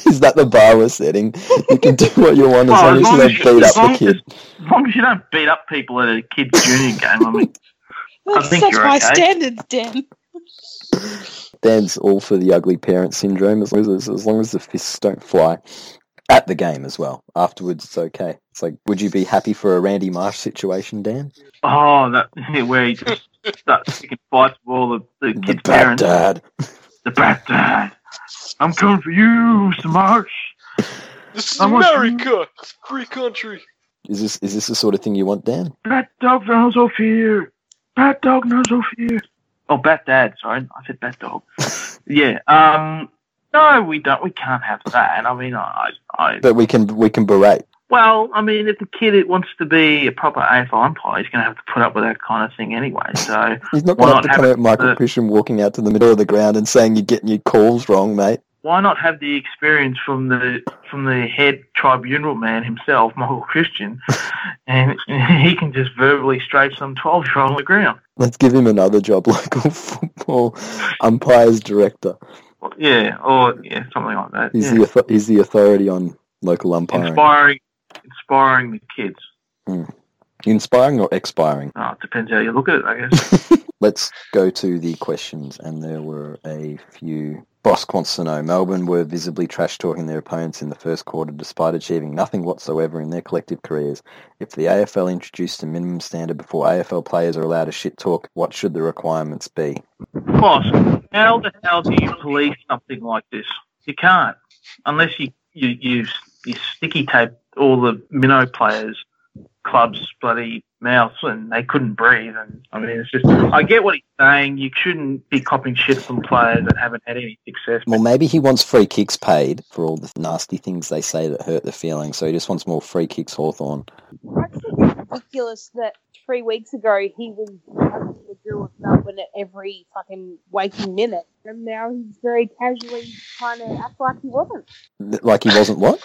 S2: Is that the bar we're setting? You can do what you want as
S5: Well,
S2: long
S5: Oh, as
S2: as you
S5: long
S2: don't beat
S5: as you-
S2: up
S5: as long
S2: the kid.
S5: As long as you don't beat up people at a kid's junior game, I mean,
S3: That's
S5: think
S3: such
S5: you're
S3: high
S5: okay.
S3: standards, Dan.
S2: Dan's all for the ugly parent syndrome as long as, as long as the fists don't fly. At the game as well. Afterwards, it's okay. It's like, would you be happy for a Randy Marsh situation, Dan?
S5: oh, that where he just starts picking fights with all the, the
S2: The
S5: kids'
S2: bad
S5: parents.
S2: dad.
S5: The bad dad. I'm coming for you, Smarsh.
S6: This is
S5: I want-
S6: America! It's a free country!
S2: Is this is this the sort of thing you want, Dan?
S5: Bad dog knows no fear. Bad dog knows no fear. Oh, bad dad. Sorry, I said bad dog. yeah. Um. No, we don't. We can't have that. I mean, I, I
S2: But we can we can berate.
S5: Well, I mean, if the kid it wants to be a proper AFL umpire, he's going to have to put up with that kind of thing anyway. So,
S2: He's not
S5: Why
S2: going to have to
S5: not have
S2: come out Michael
S5: uh,
S2: Christian walking out to the middle of the ground and saying you're getting your calls wrong, mate.
S5: why not have the experience from the from the head tribunal man himself, Michael Christian, and he can just verbally strafe some twelve year old on the ground.
S2: Let's give him another job, local football umpires director.
S5: Yeah, or yeah, something like that.
S2: He's
S5: yeah.
S2: the author- he's the authority on local umpiring.
S5: Inspiring, inspiring the kids.
S2: Inspiring or expiring?
S5: Oh, it depends how you look at it, I guess.
S2: Let's go to the questions, and there were a few. Bosk wants to know, Melbourne were visibly trash-talking their opponents in the first quarter despite achieving nothing whatsoever in their collective careers. If the AFL introduced a minimum standard before AFL players are allowed to shit-talk, what should the requirements be?
S5: Boss, how the hell do you police something like this? You can't, unless you you you, you sticky tape all the minnow players, clubs, bloody mouths, and they couldn't breathe. And I mean, it's just I get what he's saying. You shouldn't be copying shit from players that haven't had any success.
S2: Well, maybe he wants free kicks paid for all the nasty things they say that hurt the feelings, so he just wants more free kicks, Hawthorn.
S3: I think it's ridiculous that three weeks ago he was having to do with Melbourne at every fucking waking minute, and now he's very casually trying to act like he wasn't,
S2: Like he wasn't what?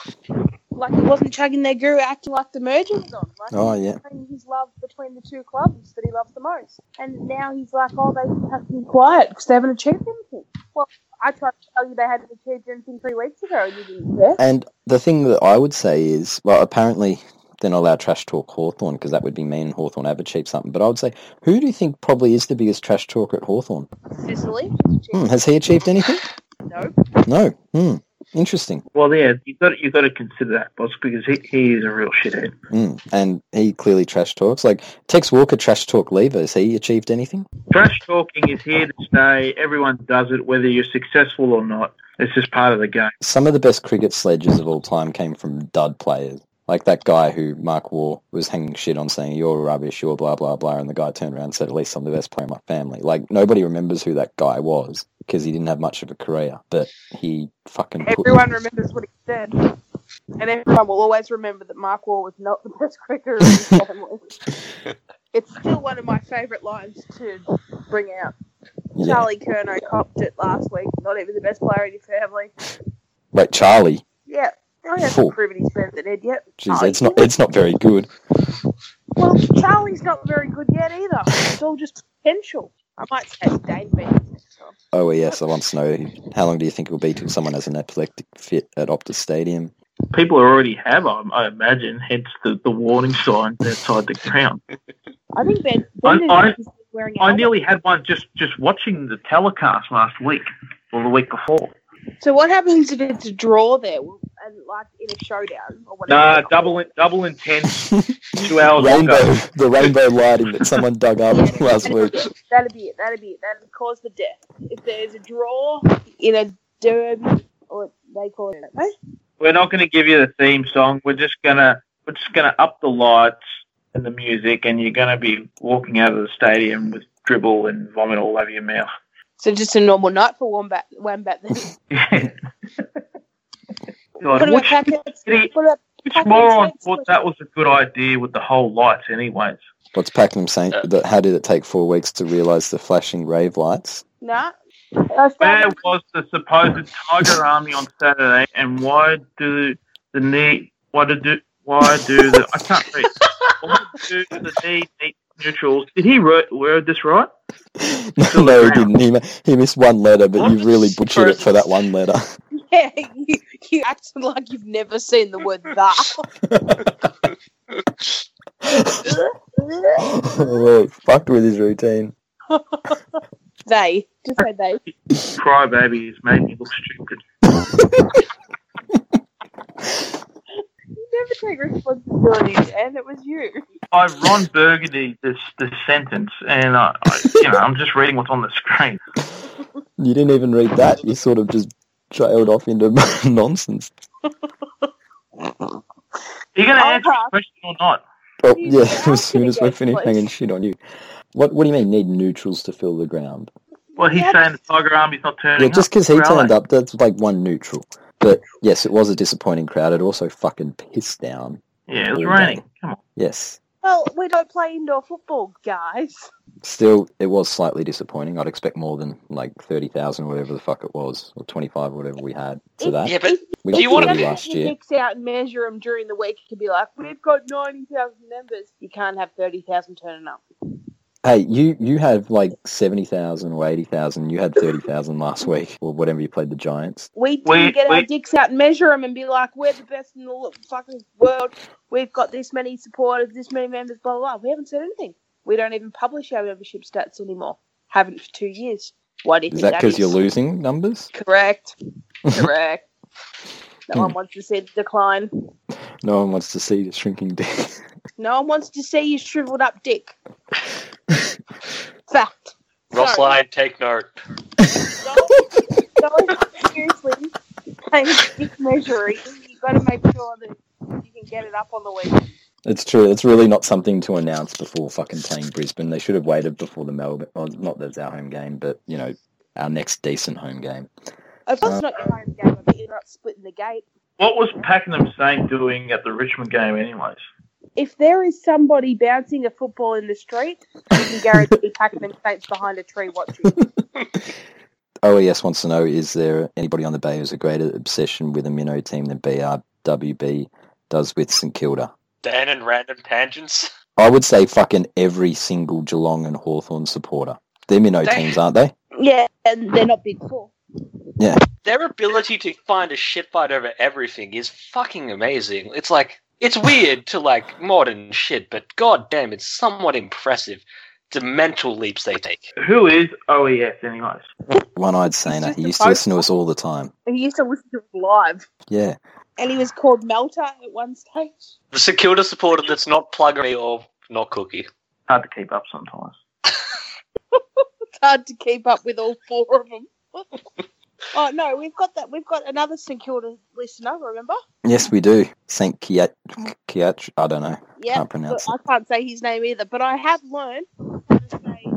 S3: like he wasn't chugging their goo, acting like the merger was on. Like
S2: Oh,
S3: he was
S2: yeah.
S3: showing his love between the two clubs that he loves the most, and now he's like, oh, they just have to be quiet because they haven't achieved anything. Well, I tried to tell you they hadn't achieved anything three weeks ago, and you didn't care.
S2: And the thing that I would say is, well, apparently they're not allowed trash talk Hawthorn because that would be mean and Hawthorn have achieved something. But I would say, who do you think probably is the biggest trash talker at Hawthorn?
S3: Sicily,
S2: Hmm, has he achieved anything?
S3: no.
S2: No. Hmm. Interesting.
S5: Well, yeah, you got you got to consider that, boss, because he, he is a real shithead.
S2: Hmm. And he clearly trash talks. Like Tex Walker trash talk lever. Has he achieved anything?
S5: Trash talking is here to stay. Everyone does it, whether you're successful or not. It's just part of the game.
S2: Some of the best cricket sledges of all time came from dud players. Like that guy who Mark War was hanging shit on saying, you're rubbish, you're blah, blah, blah. And the guy turned around and said, at least I'm the best player in my family. Like nobody remembers who that guy was because he didn't have much of a career, but he fucking put-
S3: Everyone remembers what he said. And everyone will always remember that Mark Wall was not the best cricketer in his family. It's still one of my favourite lines to bring out.
S2: Yeah.
S3: Charlie Kerno copped it last week. Not even the best player in his family.
S2: Wait, Charlie.
S3: Yeah. Now he
S2: Fool.
S3: hasn't proven he's better than Ed yet.
S2: Jeez,
S3: Oh,
S2: it's not, it's not very good.
S3: Well, Charlie's not very good yet either. It's all just potential. I might say Dane beat next time.
S2: Oh, yes, I want to know how long do you think it'll be till someone has an epileptic fit at Optus Stadium?
S5: People already have, I, I imagine, hence the, the warning signs outside the ground.
S3: I think Ben,
S5: I-
S3: ben
S5: I-
S3: is just wearing a
S5: I
S3: helmet.
S5: nearly had one just, just watching the telecast last week or the week before.
S3: So what happens if it's a draw there, Will- and like in a showdown or whatever?
S5: Nah, double in, double intense, two hours
S2: Rainbow,
S5: ago.
S2: the rainbow lighting that someone dug up last week.
S3: That'd be it. That'd be it. That'd cause the death. If there's a draw in a derby, or they call it, eh? don't they?
S5: We're not going to give you the theme song. We're just gonna we're just gonna up the lights and the music, and you're going to be walking out of the stadium with dribble and vomit all over your mouth.
S3: So just a normal night for Wombat. Wombat. Then.
S5: Yeah.
S3: what
S5: God,
S3: about
S5: which,
S3: packets?
S5: idiot.
S3: What about
S5: which
S3: Packers
S5: moron
S3: fans
S5: thought
S3: would-
S5: that was a good idea with the whole lights, anyways?
S2: What's Packham saying? That how did it take four weeks to realise the flashing rave lights?
S3: nah? I
S5: Where
S4: Uh,
S3: found
S5: was the supposed Tiger Army on Saturday, and why do the need? Why do do- why do the? I can't read. Why do the need need neutrals? Did he wrote, word this right?
S2: no, no, he didn't. He, ma- he missed one letter, but you really butchered it for that one letter.
S3: yeah, you, you acted like you've never seen the word that.
S2: oh, fucked with his routine.
S3: they just say they.
S5: Crybaby has made me look stupid.
S3: You never take responsibility, and it was you.
S5: I Ron Burgundy this this sentence, and I, I you know I'm just reading what's on the screen.
S2: You didn't even read that. You sort of just trailed off into nonsense.
S5: Are you going to
S3: I'll
S5: answer
S3: pass.
S5: the question or not?
S2: Oh,
S3: Please,
S2: yeah,
S3: I'm
S2: as soon
S3: gonna
S2: as
S3: go
S2: we're finished
S3: first.
S2: hanging shit on you. What, what do you mean, need neutrals to fill the ground?
S5: Well, he's
S3: Yeah.
S5: saying the Tiger Army's not turning
S2: Yeah, just
S5: up.
S2: because he
S5: Where are
S2: turned
S5: they?
S2: up, that's like one neutral. But yes, it was a disappointing crowd. It also fucking pissed down.
S5: Yeah, it
S2: all
S5: was
S2: day.
S5: raining. Come on.
S2: Yes,
S3: Well, we don't play indoor football, guys.
S2: Still, it was slightly disappointing. I'd expect more than like thirty thousand, whatever the fuck it was, or twenty-five, whatever we had for that.
S4: Yeah, but
S2: We
S4: Do
S2: got
S4: you wanna-
S3: to
S2: 40 last year.
S3: out and measure them during the week? It could be like, we've got 90,000 members. You can't have 30,000 turning up.
S2: Hey, you you had like seventy thousand or eighty thousand. You had thirty thousand last week, or whatever you played the Giants.
S3: We didn't
S5: Wait,
S3: get our
S5: wait.
S3: dicks out and measure them and be like, we're the best in the lo- fucking world. We've got this many supporters, this many members, blah, blah, blah. We haven't said anything. We don't even publish our membership stats anymore. Haven't for two years. Why do you
S2: Is
S3: think
S2: that because
S3: is?
S2: you're losing numbers?
S3: Correct. Correct. No
S2: Hmm.
S3: one wants to see the decline.
S2: No one wants to see the shrinking dick.
S3: No one wants to see you shriveled up dick. Fact.
S4: Ross
S3: Sorry.
S4: Lyon, take note.
S3: No, no, seriously. Playing dick measuring, you've got to make sure that you can get it up on the week.
S2: It's true. It's really not something to announce before fucking playing Brisbane. They should have waited before the Melbourne. Well, not that it's our home game, but you know, our next decent home game.
S3: If it's not your home game, I bet you're not splitting the gate.
S5: What was Pakenham saying doing at the Richmond game, anyways?
S3: If there is somebody bouncing a football in the street, you can guarantee packing them saints behind a tree watching.
S2: OES E wants to know: Is there anybody on the Bay who's a greater obsession with a minnow team than BRWB does with St Kilda?
S4: Dan and random tangents.
S2: I would say fucking every single Geelong and Hawthorn supporter. They're minnow
S4: They-
S2: teams, aren't they?
S3: Yeah, and they're not big four.
S4: Their ability to find a shit fight over everything is fucking amazing. It's like it's weird to like modern shit, but god damn, it's somewhat impressive. The mental leaps they take.
S5: Who is E OES, anyways?
S2: One-eyed Saner.
S3: just
S2: He
S3: a
S2: used to
S3: phone
S2: listen to us all the time.
S3: He used to listen to it live.
S2: Yeah.
S3: And he was called Melter at one stage.
S4: The Security supporter that's not pluggery or not cookie.
S5: Hard to keep up sometimes.
S3: It's hard to keep up with all four of them. oh no, we've got that. We've got another St Kilda listener. Remember?
S2: Yes, we do. St Kiat. Kiat. I don't know.
S3: Yeah,
S2: Can't pronounce
S3: but I can't say his name either. But I have learned how to say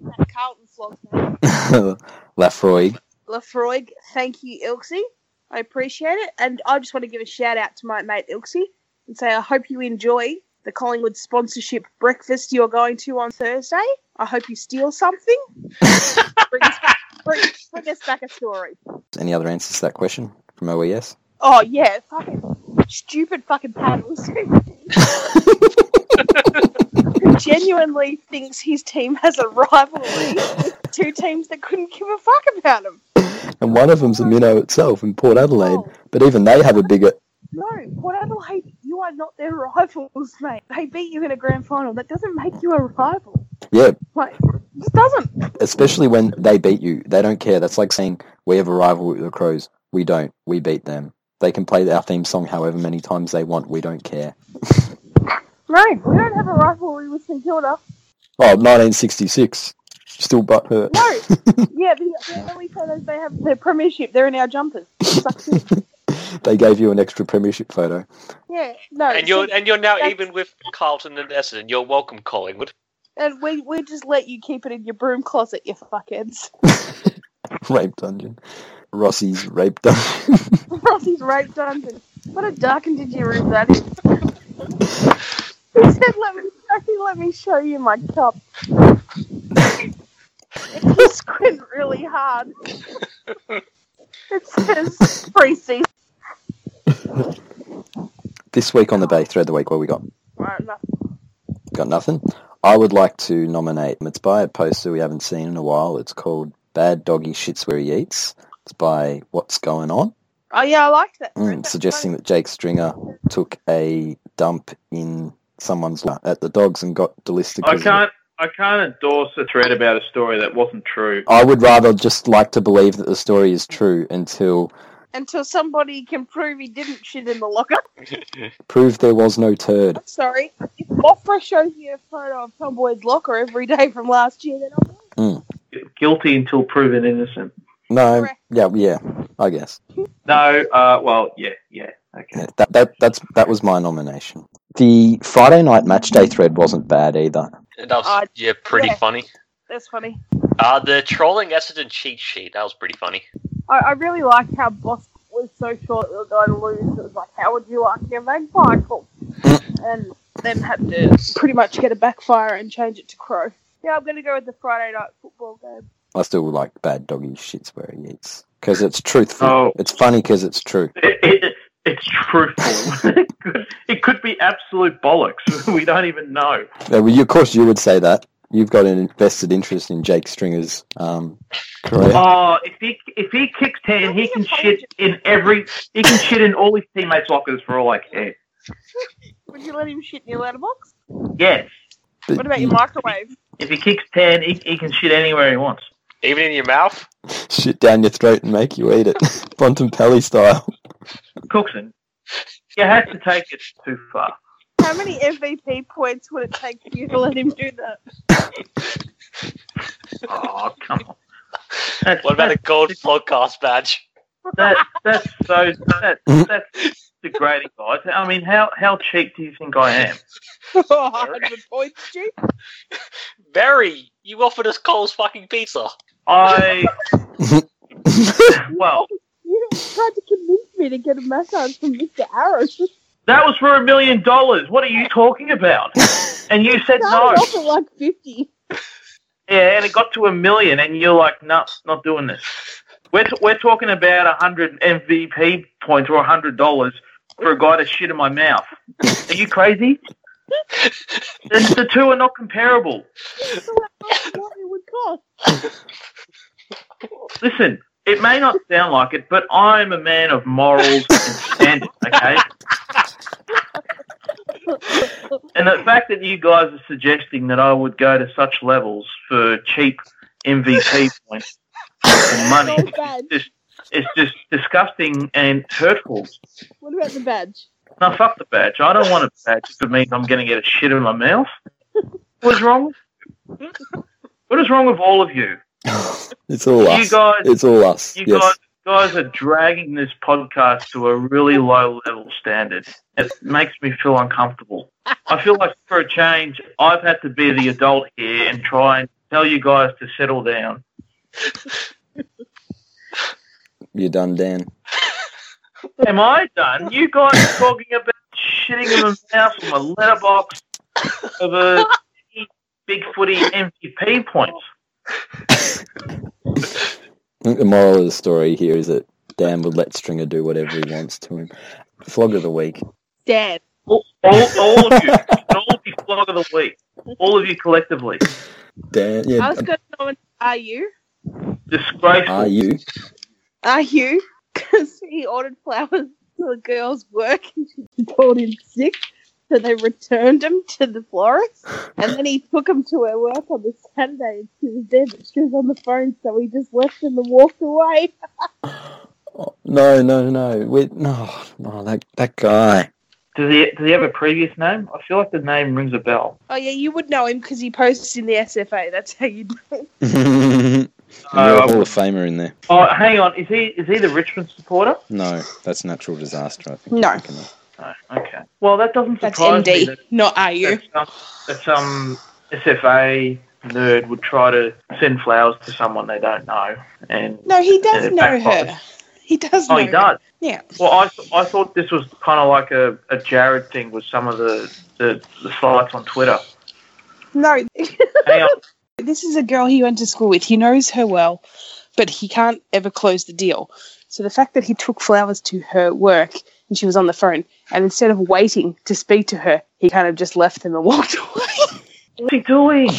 S3: that Carlton flog's name,
S2: it. Lafroy.
S3: Lafroig. Thank you, Ilksy. I appreciate it, and I just want to give a shout out to my mate Ilksy and say I hope you enjoy the Collingwood sponsorship breakfast you're going to on Thursday. I hope you steal something. bring, us, bring, bring us back a story.
S2: Any other answers to that question from E OES?
S3: Oh yeah, fucking stupid fucking paddles. Genuinely thinks his team has a rivalry with two teams that couldn't give a fuck about him.
S2: And one of them's a minnow itself in Port Adelaide.
S3: Oh,
S2: But even they have a bigger.
S3: no, Port Adelaide, you are not their rivals, mate. They beat you in a grand final. That doesn't make you a rival.
S2: Yeah,
S3: Like, this doesn't.
S2: especially when they beat you. They don't care. That's like saying we have a rivalry with the Crows. We don't. We beat them. They can play our theme song however many times they want. We don't care.
S3: No, we don't have a rivalry with St Kilda.
S2: Oh, 1966. Still butthurt.
S3: No. yeah, the, the only photos they have their premiership. They're in our jumpers. Sucks in.
S2: they gave you an extra premiership photo.
S3: Yeah, no.
S4: And you're
S3: see-
S4: and you're now
S3: That's-
S4: even with Carlton and Essendon. You're welcome, Collingwood.
S3: And we, we just let you keep it in your broom closet, you fuckheads.
S2: Rape dungeon. Rossi's rape dungeon.
S3: Rossi's rape dungeon. What a dark and dingy room that is. he said, let me, Rosie, let me show you my cup. If you squint really hard, it says pre-season.
S2: this week on the Bay Thread of the Week, what we got?
S3: Right, no.
S2: Got nothing. I would like to nominate. It's by a poster we haven't seen in a while. It's called "Bad Doggy Shits Where He Eats." It's by What's Going On,
S3: Oh, yeah, I liked that.
S2: mm, suggesting that Jake Stringer took a dump in someone's la- at the dogs and got delisted. 'cause
S5: I
S2: of it.
S5: can't. I can't endorse a thread about a story that wasn't true.
S2: I would rather just like to believe that the story is true until
S3: Until somebody can prove he didn't shit in the locker.
S2: proved there was no turd.
S3: I'm sorry. If Moffra shows you a photo of Tomboy's locker every day from last year, then I'm
S5: Guilty until proven innocent.
S2: No,
S3: Correct.
S2: yeah, yeah, I guess.
S5: No. Uh. Well. Yeah. Yeah. Okay.
S2: Yeah, that, that that's that was my nomination. The Friday night match day thread wasn't bad either.
S4: And that was,
S3: Uh,
S4: yeah, pretty
S3: yeah.
S4: funny.
S3: That's funny.
S4: Uh, the trolling Essendon cheat sheet. That was pretty funny.
S3: I, I really liked how Boss was so short they were going to lose. It was like, how would you like your magpie call? and then had to pretty much get a backfire and change it to Crow. Yeah, I'm going to go with the Friday night football game.
S2: I still like bad doggy shits where he eats because it's truthful.
S5: Oh.
S2: It's funny because it's true.
S5: It, it, it's truthful. it, could, it could be absolute bollocks. we don't even know.
S2: Uh, well, you- of course, you would say that. you've got an invested interest in Jake Stringer's um, career.
S5: Oh, if he if he kicks ten, he can shit in every. He can shit in all his teammates' lockers for all I care.
S7: Would you let him shit in your letterbox?
S5: Yes,
S2: But
S7: What about your microwave?
S5: if he kicks ten, he, he can shit anywhere he wants.
S4: Even in your mouth?
S2: Shit down your throat and make you eat it, Bontempelli style.
S5: Cookson, you have to take it too far.
S7: How many MVP points would it take for you to let him do that?
S5: Oh, come on. That's,
S4: What about a
S5: that's,
S4: gold podcast badge?
S5: that, that's so that, that's degrading, guys. I mean, how how cheap do you think I am?
S7: Oh, 100 points, G?
S4: Barry, you offered us Cole's fucking pizza.
S5: I well,
S7: You tried to convince me to get a massage from Mr. Arrow. She
S5: that was for a million dollars. What are you talking about? And you said no.
S7: started off at like 50.
S5: Yeah, and it got to a million, and you're like, no, not doing this. We're, t- we're talking about 100 MVP points or $100 for a guy to shit in my mouth. Are you crazy? the, the two are not comparable.
S7: That's what it would cost.
S5: Listen, it may not sound like it, but I'm a man of morals and standards, okay? And the fact that you guys are suggesting that I would go to such levels for cheap MVP points and money
S7: Gold badge.
S5: it's just disgusting and hurtful.
S7: What about the badge?
S5: No, fuck the badge. I don't want a badge if it means I'm going to get a shit in my mouth. What is wrong? What is wrong with all of you?
S2: it's all
S5: You
S2: us.
S5: guys,
S2: It's all us.
S5: you
S2: yes.
S5: guys, guys are dragging this podcast to a really low level standard. It makes me feel uncomfortable. I feel like for a change, I've had to be the adult here and try and tell you guys to settle down.
S2: You're done, Dan.
S5: Am I done? You guys are talking about shitting in the mouth from a letterbox of a big footy MVP points.
S2: I think the moral of the story here is that Dan would let Stringer do whatever he wants to him. Flog of the week.
S7: Dan.
S5: All, all, all of you, can all be flog of the week. All of you collectively.
S2: Dan,
S7: I
S2: yeah, uh,
S7: was going to nominate Are You?
S5: Disgraceful.
S2: are you?
S7: Are You? Because he ordered flowers to the girl's work and she called in sick. So they returned him to the florist. And then he took him to her work on the Saturday and she was there, but she was on the phone. So he just left him and walked away.
S2: Oh, no, no, no. We, no, no, that, that guy.
S5: Does he, does he have a
S7: Mm.
S5: previous name? I feel like the name rings a bell.
S7: Oh, yeah, you would know him because he posts in the SFA. That's how you
S2: You're a Hall
S5: Uh,
S2: of Famer in there.
S5: oh, hang on. Is he is he the Richmond supporter?
S2: No, that's natural disaster, I think.
S7: No.
S2: I reckon.
S5: No. Okay. Well, that doesn't
S7: That's
S5: surprise me.
S7: MD,
S5: That,
S7: not Are You.
S5: that some, that some SFA nerd would try to send flowers to someone they don't know. And
S7: No, he
S5: Yeah,
S7: does know
S5: backfired.
S7: her. He does
S5: oh,
S7: know
S5: he does.
S7: Yeah.
S5: Well, I, th- I thought this was kind of like a, a Jared thing with some of the the, the slides on Twitter.
S7: her. No,
S5: Hang on.
S7: this is a girl he went to school with. He knows her well, but he can't ever close the deal. So the fact that he took flowers to her work and she was on the phone, and instead of waiting to speak to her, he kind of just left them and walked away.
S5: What's he doing?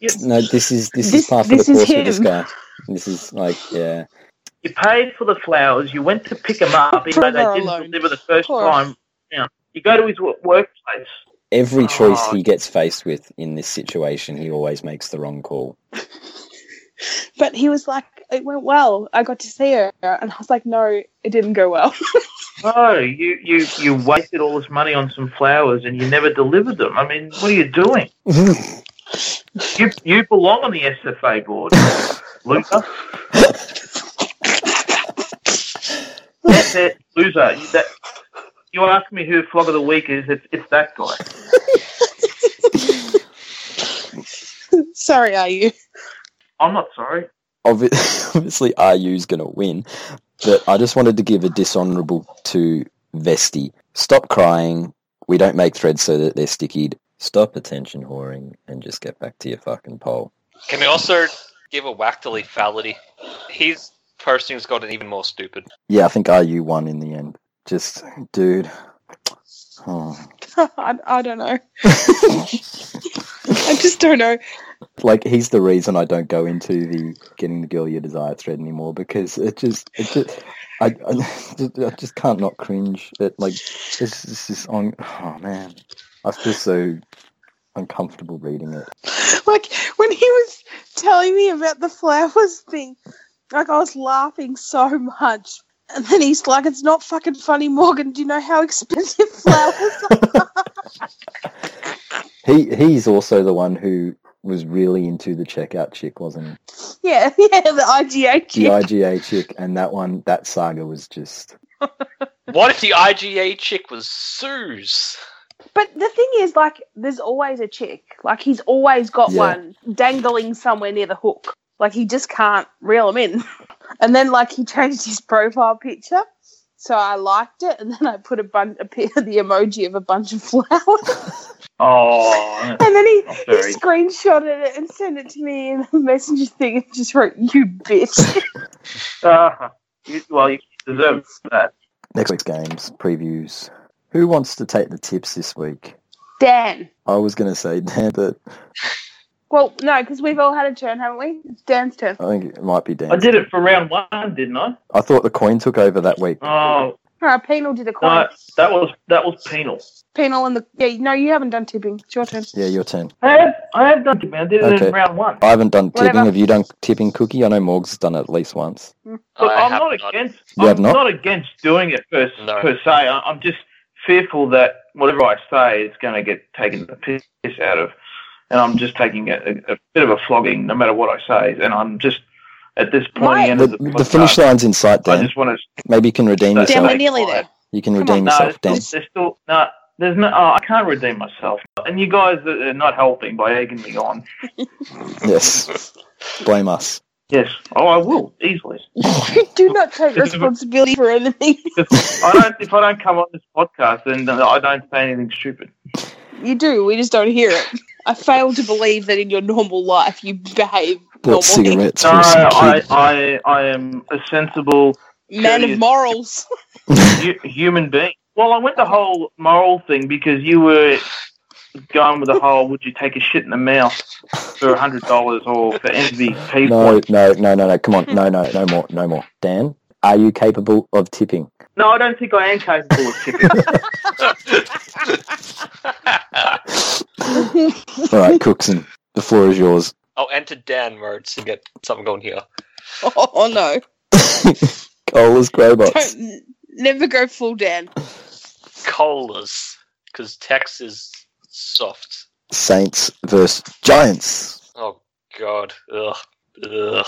S5: Just,
S2: No, this is this, is
S7: This-
S2: part of the
S7: this is
S2: course with this
S7: him.
S2: guy. This is like, yeah.
S5: you paid for the flowers. You went to pick them up, even though
S7: Leave her
S5: they didn't
S7: alone.
S5: deliver the first
S7: Poor.
S5: time. round. You go to his wo- workplace.
S2: Every choice
S5: Oh.
S2: he gets faced with in this situation, he always makes the wrong call.
S7: But he was like, "It went well. I got to see her," and I was like, "No, it didn't go well."
S5: No, you, you you wasted all this money on some flowers and you never delivered them. I mean, what are you doing? You you belong on the SFA board, Luca. That's it, loser. You, that, you ask me who flog of the week is? It's it's that guy.
S7: Sorry, are you?
S5: I'm not sorry.
S2: Obvi- obviously RU's going to win, but I just wanted to give a dishonourable to Vesti. Stop crying. We don't make threads so that they're stickied. Stop attention whoring and just get back to your fucking poll.
S4: Can we also give a whack to lethality? His posting's gotten even more stupid.
S2: Yeah, I think RU won in the end. Just, dude. Oh.
S7: I, I don't know.
S3: I just don't know.
S2: Like he's the reason I don't go into the getting the girl you desire thread anymore because it just, it just I, I, just- I just can't not cringe at like this this is on. Oh man, I feel so uncomfortable reading it.
S3: Like when he was telling me about the flowers thing, like I was laughing so much. And then he's like, "It's not fucking funny, Morgan. Do you know how expensive flowers are?"
S2: He he's also the one who was really into the checkout chick, wasn't he?
S3: yeah, yeah, the IGA
S2: The
S3: chick.
S2: IGA chick, and that one that saga was just
S4: What if the IGA chick was Suze?
S3: But the thing is, like, there's always a chick. Like, he's always got
S2: Yeah.
S3: one dangling somewhere near the hook. Like, he just can't reel them in. And then, like, he changed his profile picture. So I liked it. And then I put a bunch, a, pi- the emoji of a bunch of flowers.
S5: Oh,
S3: And then he,
S5: Not
S3: he
S5: very.
S3: screenshotted it and sent it to me in a messenger thing and just wrote, You bitch.
S5: uh, you, well, you deserve that.
S2: next week's games previews. Who wants to take the tips this week?
S3: Dan.
S2: I was going to say Dan, but
S3: Well, no, because we've all had a turn, haven't we? It's Dan's turn.
S2: I think it might be Dan.
S5: I did it for round one, didn't I?
S2: I thought the coin took over that week.
S5: Oh,
S3: All right, Penal did a coin.
S5: no, that was that was penal.
S3: Penal and the. Yeah, no, you haven't done tipping. It's your turn.
S2: Yeah, your turn.
S5: I have, I have done it, man. I did it
S2: Okay.
S5: in round one.
S2: I haven't done tipping.
S3: Whatever.
S2: Have you done tipping, Cookie? I know Morg's done it at least once.
S5: Look,
S4: I
S5: I'm
S4: have
S5: not against.
S2: You have
S5: I'm
S2: not?
S5: against doing it per,
S4: No.
S5: per se. I- I'm just fearful that whatever I say is going to get taken the piss out of, and I'm just taking a, a, a bit of a flogging no matter what I say. And I'm just at this point
S3: Why?
S5: end
S2: The,
S5: of the,
S2: the finish line's in sight,
S5: podcast, I
S2: Dan.
S5: just want to.
S2: Maybe you can redeem
S5: No.
S7: Dan,
S2: yourself.
S7: we're nearly there.
S2: You can
S3: Come on.
S2: redeem
S5: No,
S2: yourself, Dan.
S5: there's still, there's still no. There's no. Oh, I can't redeem myself. And you guys are are not helping by egging me on.
S2: Yes. Blame us.
S5: Yes. Oh, I will easily.
S3: You do not take responsibility for anything.
S5: I don't. If I don't come on this podcast, then I don't say anything stupid.
S3: You do. We just don't hear it. I fail to believe that in your normal life you behave
S2: Bought
S3: normally.
S2: cigarettes
S5: No,
S2: for some
S5: I,
S2: kid.
S5: I, I am a sensible
S3: Man of
S5: Curious.
S3: morals.
S5: hu- human being. Well, I went the whole moral thing because you were going with the whole "Would you take a shit in the mouth for a hundred dollars or for MVP?"
S2: No,
S5: points.
S2: no, no, no, no. Come on. No, no, no more. No more. Dan, are you capable of tipping?
S5: no, I don't think I am capable of tipping.
S2: All right, Cookson, the floor is yours.
S4: I'll Oh, enter Dan mode to get something going here.
S3: Oh no!
S2: Colas Greybots.
S3: Don't, never go full Dan.
S4: Colas, because Tex is soft.
S2: Saints versus Giants.
S4: Oh God, ugh, ugh,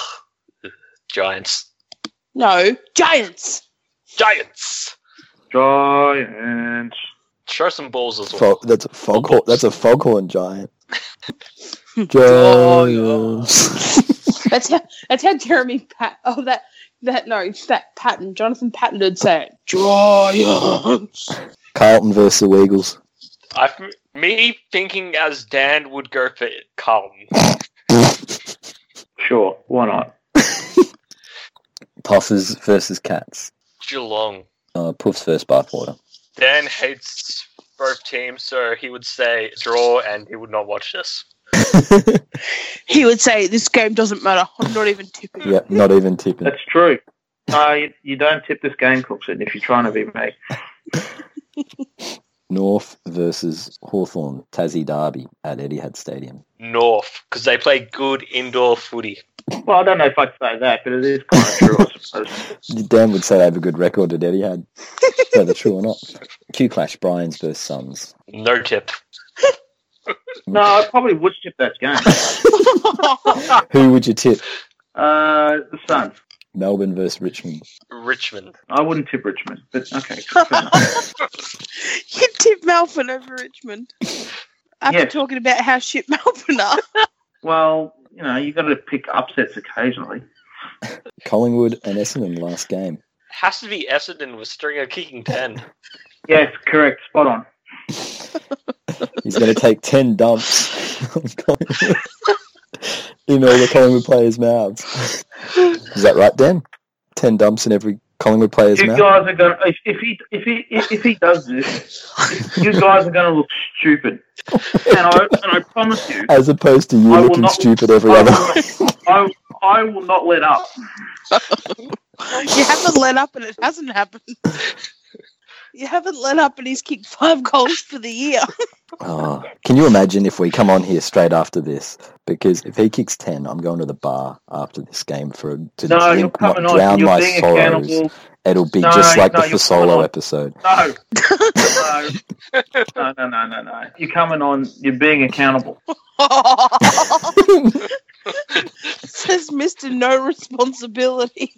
S4: Giants,
S3: No giants.
S4: Giants.
S5: Giants.
S4: Show some balls as well.
S2: Fog, that's a foghorn. That's a foghorn giant. Giants.
S4: Giants.
S3: That's how. That's how Jeremy Pat. Oh, that. That no. That Patton. Jonathan Patton did say it. Giants.
S2: Carlton versus the Eagles.
S4: I, me thinking as Dan would go for Carlton.
S5: Sure, why not?
S2: Puffers versus Cats.
S4: Geelong.
S2: Uh, Puffs versus Bathwater.
S4: Dan hates both teams, so he would say draw, and he would not watch this.
S3: He would say this game doesn't matter. I'm not even tipping.
S2: Yeah, Hmm. not even tipping.
S5: That's true. No, you, you don't tip this game, Cookson, if you're trying to be me.
S2: North versus Hawthorn. Tassie Derby at Etihad Stadium.
S4: North, because they play good indoor footy.
S5: Well, I don't know if I'd say that, but it is kind of true, I suppose.
S2: Dan would say they have a good record at Etihad. Whether true or not. Q Clash Bryans versus Suns.
S4: No tip.
S5: No, I probably would tip that game.
S2: Who would you tip?
S5: Uh, the Suns.
S2: Melbourne versus Richmond.
S4: Richmond.
S5: I wouldn't tip Richmond, but okay. fair enough.
S3: You tip Melbourne over Richmond. After
S5: Yes.
S3: talking about how shit Melbourne are.
S5: well, you know, you've got to pick upsets occasionally.
S2: Collingwood and Essendon last game.
S4: Has to be Essendon with Stringer kicking 10.
S5: Yes, correct. Spot on.
S2: He's going to take 10 dumps on Collingwood in all the Collingwood players' mouths. Is that right, Dan? 10 dumps in every Collingwood players
S5: You
S2: now.
S5: guys are gonna if, if he if he if if he does this, you guys are gonna look stupid. And I and I promise you,
S2: As opposed to you
S5: I will
S2: looking
S5: not-
S2: stupid every
S5: I
S2: other.
S5: will, I, I will not let up.
S7: You haven't let up and it hasn't happened. You haven't let up and he's kicked five goals for the year.
S2: Oh, can you imagine if we come on here straight after this? Because if he kicks ten, I'm going to the bar after this game for to
S5: No, you're
S2: drink, my,
S5: coming on.
S2: drown
S5: you're
S2: my
S5: being
S2: sorrows.
S5: accountable.
S2: It'll be
S5: No,
S2: just like
S5: no,
S2: the
S5: you're
S2: Fasolo
S5: coming on.
S2: episode.
S5: No. no. No, no, no, no, no. You're coming on. You're being accountable.
S7: Says Mr. No Responsibility.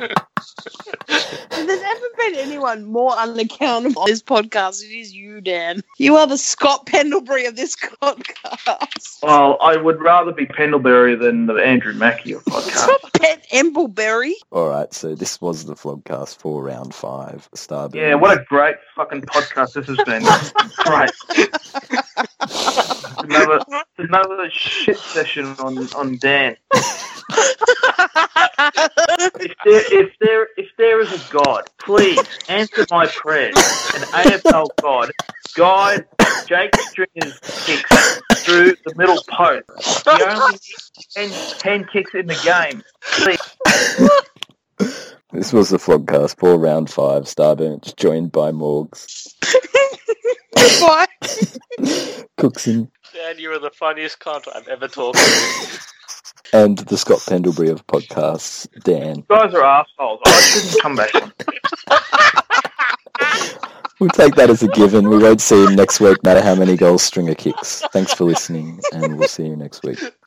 S7: If there's ever been anyone more unaccountable on this podcast, it is you, Dan. You are the Scott Pendlebury of this podcast.
S5: Well, I would rather be Pendlebury than the Andrew Mackey of
S7: It's
S5: podcast.
S7: not Pet Embleberry.
S2: All right, so this was the vlogcast for round five. Starburst.
S5: Yeah, what a great fucking podcast this has been. Great. another, another shit session on, on Dan. If there, if there, if there is a God, please answer my prayers. An AFL God, guide Jake Stringer's kicks through the middle post. He only needs 10, 10 kicks in the game.
S2: This was the vlogcast for round five. Starburst joined by Morgs,
S7: Goodbye.
S2: Cookson,
S4: Dan, you are the funniest cunt I've ever talked to.
S2: and the Scott Pendlebury of podcasts, Dan.
S5: You guys are assholes. I shouldn't come back.
S2: We'll take that as a given. We won't see him next week, no matter how many goals Stringer kicks. Thanks for listening, and we'll see you next week.